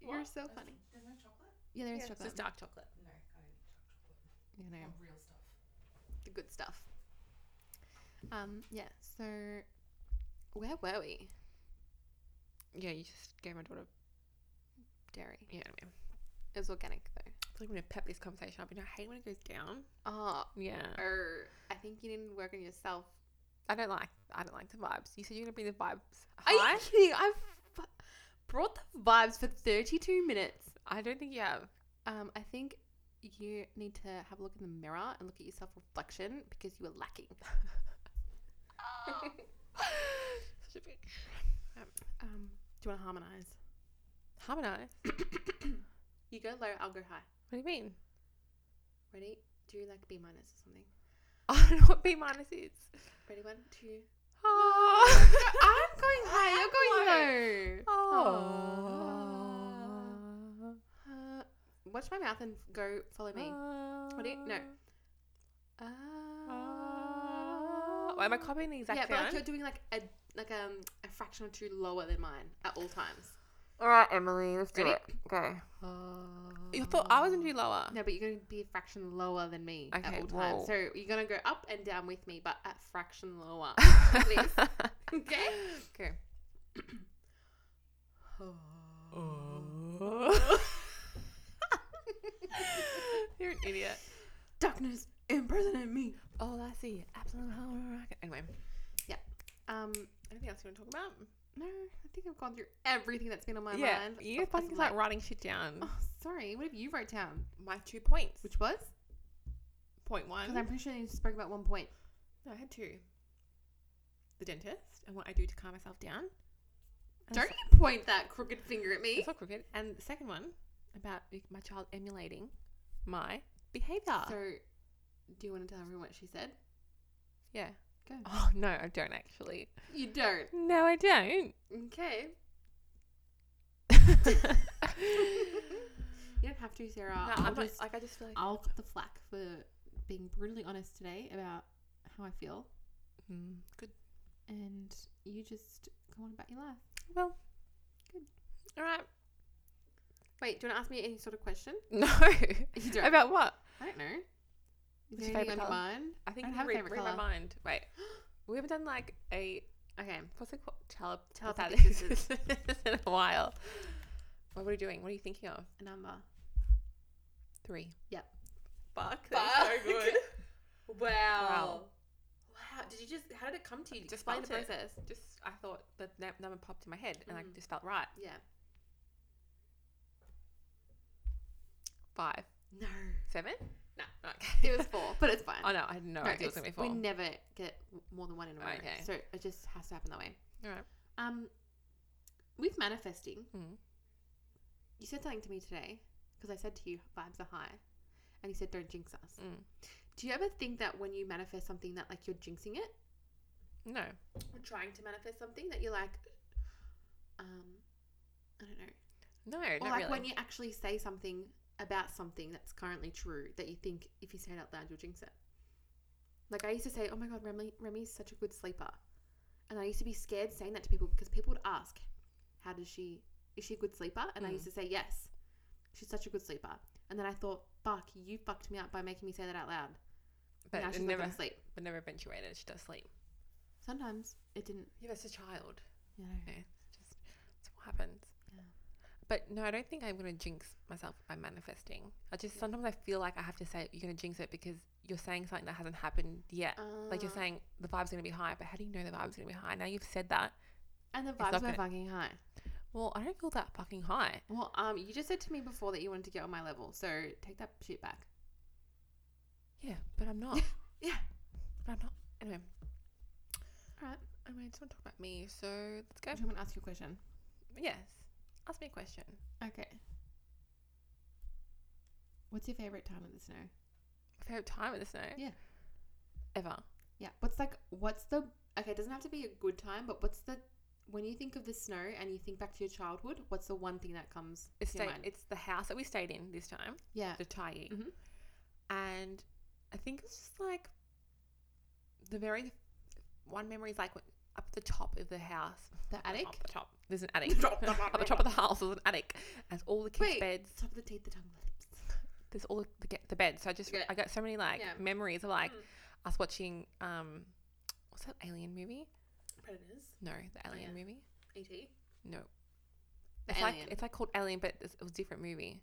[SPEAKER 1] You're so funny.
[SPEAKER 3] There's no chocolate?
[SPEAKER 1] Yeah, there is
[SPEAKER 2] It's
[SPEAKER 1] chocolate.
[SPEAKER 2] just dark chocolate.
[SPEAKER 3] No, I don't eat chocolate.
[SPEAKER 1] you know,
[SPEAKER 3] I want real stuff.
[SPEAKER 1] the good stuff. Um, yeah, so where were we?
[SPEAKER 2] Yeah, you just gave my daughter.
[SPEAKER 1] Dairy.
[SPEAKER 2] Yeah, anyway.
[SPEAKER 1] It was organic though.
[SPEAKER 2] I feel like I'm gonna pep this conversation up. You know, I hate when it goes down.
[SPEAKER 1] Oh,
[SPEAKER 2] Yeah,
[SPEAKER 1] or I think you didn't work on yourself.
[SPEAKER 2] I don't like. I don't like the vibes. You said you're gonna be the vibes.
[SPEAKER 1] Are you
[SPEAKER 2] high?
[SPEAKER 1] kidding? I've fu- brought the vibes for 32 minutes.
[SPEAKER 2] I don't think you have.
[SPEAKER 1] Um, I think you need to have a look in the mirror and look at yourself reflection because you were lacking. Oh.
[SPEAKER 2] Such a bitch.
[SPEAKER 1] Um, do you want to harmonize?
[SPEAKER 2] Harmonize.
[SPEAKER 1] You go low, I'll go high.
[SPEAKER 2] What do you mean?
[SPEAKER 1] Ready? Do you like B minus or something?
[SPEAKER 2] I don't know what B minus is.
[SPEAKER 1] Ready? One, two.
[SPEAKER 2] Oh.
[SPEAKER 1] I'm going high. You're going low.
[SPEAKER 2] Oh.
[SPEAKER 1] Uh, watch my mouth and go follow me.
[SPEAKER 2] What
[SPEAKER 1] do you- no. Uh,
[SPEAKER 2] Why am I copying the exact
[SPEAKER 1] yeah, but like
[SPEAKER 2] sound?
[SPEAKER 1] you're doing like a like um a fraction or two lower than mine at all times.
[SPEAKER 2] All right, Emily, let's
[SPEAKER 1] do Ready?
[SPEAKER 2] Go. You thought I was gonna do lower.
[SPEAKER 1] No, but you're gonna be a fraction lower than me at
[SPEAKER 2] Okay,
[SPEAKER 1] all times.
[SPEAKER 2] whoa.
[SPEAKER 1] So you're gonna go up and down with me, but at fraction lower. Please. okay.
[SPEAKER 2] Okay. You're an idiot.
[SPEAKER 1] Darkness impersonate me.
[SPEAKER 2] Oh, I see. Absolute horror. Anyway,
[SPEAKER 1] Um,
[SPEAKER 2] anything else you want to talk about?
[SPEAKER 1] no, I think I've gone through everything that's been on my
[SPEAKER 2] yeah,
[SPEAKER 1] mind.
[SPEAKER 2] you
[SPEAKER 1] Apart
[SPEAKER 2] fucking
[SPEAKER 1] from,
[SPEAKER 2] like writing shit down.
[SPEAKER 1] Oh, sorry. What have you wrote down?
[SPEAKER 2] My two points.
[SPEAKER 1] Which was?
[SPEAKER 2] Point one.
[SPEAKER 1] Because I'm pretty sure you spoke about one point.
[SPEAKER 2] No, I had two. The dentist and what I do to calm myself down. And
[SPEAKER 1] Don't
[SPEAKER 2] the se-
[SPEAKER 1] you point that crooked finger at me.
[SPEAKER 2] It's not crooked. And the second one about my child emulating my behavior.
[SPEAKER 1] So, do you want to tell everyone what she said?
[SPEAKER 2] yeah.
[SPEAKER 1] Go.
[SPEAKER 2] Oh no, I don't actually.
[SPEAKER 1] You don't.
[SPEAKER 2] No, I don't.
[SPEAKER 1] Okay. You don't have to, Sarah.
[SPEAKER 2] No,
[SPEAKER 1] I'll,
[SPEAKER 2] I'm not,
[SPEAKER 1] just,
[SPEAKER 2] like I just feel like
[SPEAKER 1] I'll cut the flack for being brutally honest today about how I feel.
[SPEAKER 2] Mm, good.
[SPEAKER 1] And you just go on about your life.
[SPEAKER 2] Well,
[SPEAKER 1] Good.
[SPEAKER 2] All right.
[SPEAKER 1] Wait, do you want to ask me any sort of question?
[SPEAKER 2] No.
[SPEAKER 1] You don't.
[SPEAKER 2] about what?
[SPEAKER 1] I don't know. Is
[SPEAKER 2] What's
[SPEAKER 1] there
[SPEAKER 2] your
[SPEAKER 1] anything on your
[SPEAKER 2] favourite colour?
[SPEAKER 1] mind?
[SPEAKER 2] I think
[SPEAKER 1] I
[SPEAKER 2] you
[SPEAKER 1] have a
[SPEAKER 2] read,
[SPEAKER 1] favourite
[SPEAKER 2] read my
[SPEAKER 1] colour.
[SPEAKER 2] mind. Wait, we haven't done like a
[SPEAKER 1] Okay.
[SPEAKER 2] what's it called? Tele-
[SPEAKER 1] Telepathic
[SPEAKER 2] telepathic in a while. What are you doing? What are you thinking of?
[SPEAKER 1] A number.
[SPEAKER 2] Three.
[SPEAKER 1] Yep.
[SPEAKER 2] Fuck.
[SPEAKER 1] Fuck. Wow. Wow. Did you just, how did it come to you?
[SPEAKER 2] I
[SPEAKER 1] Did
[SPEAKER 2] just
[SPEAKER 1] Explain the
[SPEAKER 2] felt it.
[SPEAKER 1] process.
[SPEAKER 2] Just I thought that that number popped in my head and I
[SPEAKER 1] Mm.
[SPEAKER 2] just felt right.
[SPEAKER 1] Yeah.
[SPEAKER 2] Five.
[SPEAKER 1] No.
[SPEAKER 2] Seven?
[SPEAKER 1] No.
[SPEAKER 2] Okay.
[SPEAKER 1] It was four, but it's fine.
[SPEAKER 2] Oh no, I had no,
[SPEAKER 1] No,
[SPEAKER 2] idea it
[SPEAKER 1] it's-
[SPEAKER 2] was gonna be
[SPEAKER 1] We
[SPEAKER 2] four.
[SPEAKER 1] never get w- more than one in a row.
[SPEAKER 2] Okay.
[SPEAKER 1] So it just has to happen that way.
[SPEAKER 2] All right.
[SPEAKER 1] Um, with manifesting,
[SPEAKER 2] Mm.
[SPEAKER 1] you said something to me today because I said to you, vibes are high. And you said, don't jinx us.
[SPEAKER 2] Mm.
[SPEAKER 1] Do you ever think that when you manifest something that like you're jinxing it
[SPEAKER 2] No.
[SPEAKER 1] or trying to manifest something that you're like, um, I don't know.
[SPEAKER 2] No.
[SPEAKER 1] or
[SPEAKER 2] not
[SPEAKER 1] like
[SPEAKER 2] really.
[SPEAKER 1] when you actually say something about something that's currently true that you think if you say it out loud you'll jinx it. Like I used to say, "Oh my god, Remy, Remy's such a good sleeper," and I used to be scared saying that to people because people would ask, "How does she? Is she a good sleeper?" And I
[SPEAKER 2] Mm.
[SPEAKER 1] used to say, "Yes, she's such a good sleeper." And then I thought, "Fuck, you fucked me up by making me say that out loud."
[SPEAKER 2] but
[SPEAKER 1] now
[SPEAKER 2] it
[SPEAKER 1] she's not
[SPEAKER 2] never,
[SPEAKER 1] gonna sleep.
[SPEAKER 2] but never eventuated. She does sleep.
[SPEAKER 1] Sometimes it didn't.
[SPEAKER 2] Yeah, that's a child.
[SPEAKER 1] You know.
[SPEAKER 2] Yeah. Just that's what happens.
[SPEAKER 1] Yeah.
[SPEAKER 2] But no, I don't think I'm gonna jinx myself by manifesting. I just sometimes I feel like I have to say you're gonna jinx it because you're saying something that hasn't happened yet. like you're
[SPEAKER 1] Uh,
[SPEAKER 2] saying the vibe's gonna be high, but how do you know the vibe's gonna be high? Now you've said that.
[SPEAKER 1] and the
[SPEAKER 2] not
[SPEAKER 1] vibes were
[SPEAKER 2] gonna-
[SPEAKER 1] fucking high.
[SPEAKER 2] Well, I don't feel that fucking high.
[SPEAKER 1] Well, um, you just said to me before that you wanted to get on my level, so take that shit back.
[SPEAKER 2] Yeah, but I'm not.
[SPEAKER 1] Yeah.
[SPEAKER 2] but I'm not. Anyway.
[SPEAKER 1] Alright.
[SPEAKER 2] Anyway, I just want to talk about me. So let's
[SPEAKER 1] Do
[SPEAKER 2] go.
[SPEAKER 1] you want me to ask you a question?
[SPEAKER 2] Yes. Ask me a question.
[SPEAKER 1] Okay. What's your favorite time of the snow?
[SPEAKER 2] Favorite time of the snow?
[SPEAKER 1] Yeah.
[SPEAKER 2] Ever.
[SPEAKER 1] Yeah. What's like? What's the? Okay, it doesn't have to be a good time, but what's the? When you think of the snow and you think back to your childhood, what's the one thing that comes
[SPEAKER 2] It's,
[SPEAKER 1] to your
[SPEAKER 2] stay,
[SPEAKER 1] mind?
[SPEAKER 2] it's the house that we stayed in this time.
[SPEAKER 1] yeah.
[SPEAKER 2] the tie
[SPEAKER 1] Mhm.
[SPEAKER 2] and I think it's just like the very one memory is like when- up the top of the house,
[SPEAKER 1] The attic.
[SPEAKER 2] up the top. There's an attic. up the top of the house is an attic. There's all the kids'
[SPEAKER 1] Wait.
[SPEAKER 2] beds.
[SPEAKER 1] Top of the teeth, the tongue, the lips.
[SPEAKER 2] There's all the the, the beds. So I just
[SPEAKER 1] Yeah.
[SPEAKER 2] I got so many like
[SPEAKER 1] Yeah.
[SPEAKER 2] memories of like
[SPEAKER 1] Mm.
[SPEAKER 2] us watching um what's that alien movie?
[SPEAKER 1] Predators.
[SPEAKER 2] No, the alien
[SPEAKER 1] yeah.
[SPEAKER 2] movie.
[SPEAKER 1] E.T.
[SPEAKER 2] No.
[SPEAKER 1] Uh-huh. E The
[SPEAKER 2] it's
[SPEAKER 1] Alien.
[SPEAKER 2] like it's like called Alien, but it's, it was a different movie.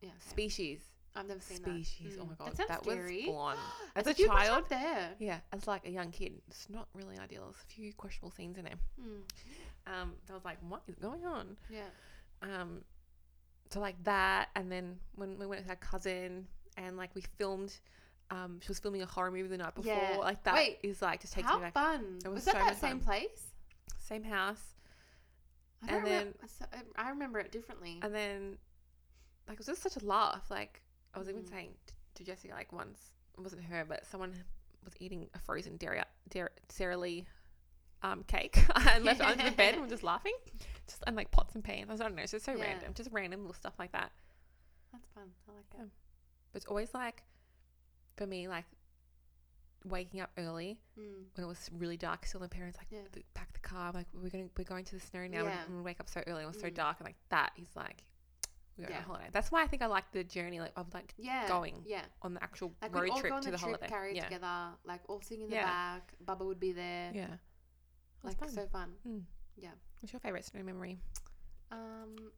[SPEAKER 1] Yeah. okay.
[SPEAKER 2] Species,
[SPEAKER 1] I've never seen that.
[SPEAKER 2] species. Oh
[SPEAKER 1] Mm.
[SPEAKER 2] my god,
[SPEAKER 1] That sounds
[SPEAKER 2] that
[SPEAKER 1] scary.
[SPEAKER 2] was blonde.
[SPEAKER 1] I
[SPEAKER 2] As a
[SPEAKER 1] see you much
[SPEAKER 2] child,
[SPEAKER 1] up there.
[SPEAKER 2] Yeah, as like a young kid, it's not really ideal. There's a few questionable scenes in there.
[SPEAKER 1] Mm.
[SPEAKER 2] Um, so I was like, what is going on?
[SPEAKER 1] Yeah.
[SPEAKER 2] Um, so like that, and then when we went with our cousin, and like we filmed, um, she was filming a horror movie the night before.
[SPEAKER 1] Yeah.
[SPEAKER 2] Like that is
[SPEAKER 1] Wait,
[SPEAKER 2] like just takes
[SPEAKER 1] How
[SPEAKER 2] me back.
[SPEAKER 1] fun!
[SPEAKER 2] It
[SPEAKER 1] was,
[SPEAKER 2] was
[SPEAKER 1] that
[SPEAKER 2] so
[SPEAKER 1] that
[SPEAKER 2] much
[SPEAKER 1] same
[SPEAKER 2] fun.
[SPEAKER 1] place?
[SPEAKER 2] Same house,
[SPEAKER 1] I don't
[SPEAKER 2] And
[SPEAKER 1] remem- so- I remember it differently.
[SPEAKER 2] and then like it was just such a laugh. Like I was even
[SPEAKER 1] Mm.
[SPEAKER 2] saying t- to Jesse like once it wasn't her, but someone was eating a frozen dairy, dairy Sara Lee um, cake and left it under the bed and we're just laughing. Just and like pots and pans. I was- I don't know, it's just so
[SPEAKER 1] Yeah.
[SPEAKER 2] random. Just random little stuff like that.
[SPEAKER 1] That's fun. I like
[SPEAKER 2] Yeah.
[SPEAKER 1] that.
[SPEAKER 2] But it's always like for me, like waking up early
[SPEAKER 1] Mm.
[SPEAKER 2] when it was really dark still and parents like
[SPEAKER 1] Yeah.
[SPEAKER 2] th- pack the car, like we're gonna we're going to the snow now
[SPEAKER 1] Yeah.
[SPEAKER 2] and, and we wake up so early and it's so
[SPEAKER 1] Mm.
[SPEAKER 2] dark and like that is like we're going
[SPEAKER 1] Yeah.
[SPEAKER 2] on holiday. That's why I think I like the journey like of like
[SPEAKER 1] Yeah.
[SPEAKER 2] going
[SPEAKER 1] Yeah.
[SPEAKER 2] on the actual
[SPEAKER 1] Like we'd
[SPEAKER 2] road
[SPEAKER 1] all
[SPEAKER 2] trip
[SPEAKER 1] go on
[SPEAKER 2] to the,
[SPEAKER 1] the, trip
[SPEAKER 2] holiday.
[SPEAKER 1] carried
[SPEAKER 2] yeah.
[SPEAKER 1] together, like all singing in the
[SPEAKER 2] Yeah.
[SPEAKER 1] back. Bubba would be there.
[SPEAKER 2] Yeah.
[SPEAKER 1] Like so fun.
[SPEAKER 2] Mm.
[SPEAKER 1] Yeah.
[SPEAKER 2] What's your favourite snow memory?
[SPEAKER 1] Um,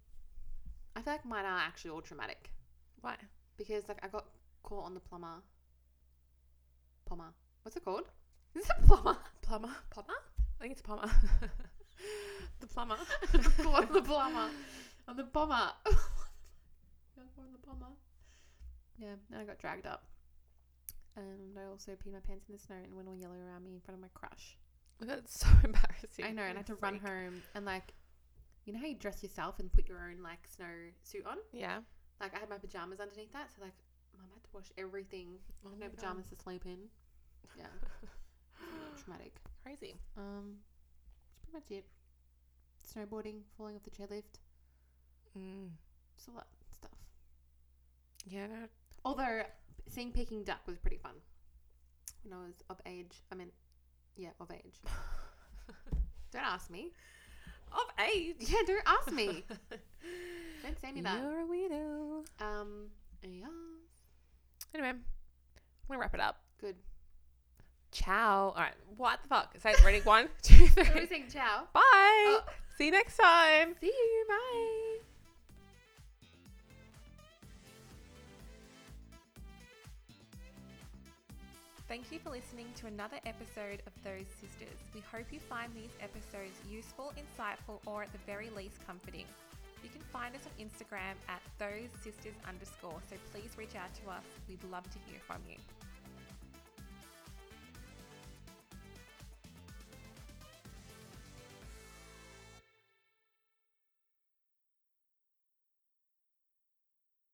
[SPEAKER 1] I feel like mine are actually all traumatic
[SPEAKER 2] Why?
[SPEAKER 1] because like I got caught on the plumber. Plumber. What's it called? Is it plumber?
[SPEAKER 2] Plumber. Plumber? I think it's plumber. the plumber.
[SPEAKER 1] on the plumber. On the bomber. I got caught on the bomber. Yeah, and I got dragged up. And I also peed my pants in the snow and went all yellow around me in front of my crush.
[SPEAKER 2] That's so embarrassing.
[SPEAKER 1] I know, and I had to run
[SPEAKER 2] Freak.
[SPEAKER 1] home and like, you know how you dress yourself and put your own like snow suit on.
[SPEAKER 2] Yeah.
[SPEAKER 1] Like I had my pajamas underneath that, so like, mum had to wash everything.
[SPEAKER 2] Oh
[SPEAKER 1] no
[SPEAKER 2] my God.
[SPEAKER 1] pajamas to sleep in. Yeah, traumatic.
[SPEAKER 2] Crazy.
[SPEAKER 1] Um, that's pretty much it. Snowboarding, falling off the chairlift,
[SPEAKER 2] Mm.
[SPEAKER 1] just a lot of stuff.
[SPEAKER 2] Yeah. No,
[SPEAKER 1] Although seeing Peking duck was pretty fun when I was of age. I mean, yeah, of age. don't ask me.
[SPEAKER 2] of age.
[SPEAKER 1] Yeah, don't ask me. don't say me that.
[SPEAKER 2] You're a weirdo.
[SPEAKER 1] Um, yeah.
[SPEAKER 2] Anyway, I'm gonna wrap it up.
[SPEAKER 1] Good.
[SPEAKER 2] Ciao. All right. What the fuck? Say it. Ready? One, two,
[SPEAKER 1] So we're
[SPEAKER 2] three.
[SPEAKER 1] saying ciao.
[SPEAKER 2] Bye.
[SPEAKER 1] Oh.
[SPEAKER 2] See you next time.
[SPEAKER 1] See you. Bye.
[SPEAKER 2] Thank you for listening to another episode of Those Sisters. We hope you find these episodes useful, insightful, or at the very least comforting. You can find us on Instagram at those sisters underscore, so please reach out to us. We'd love to hear from you.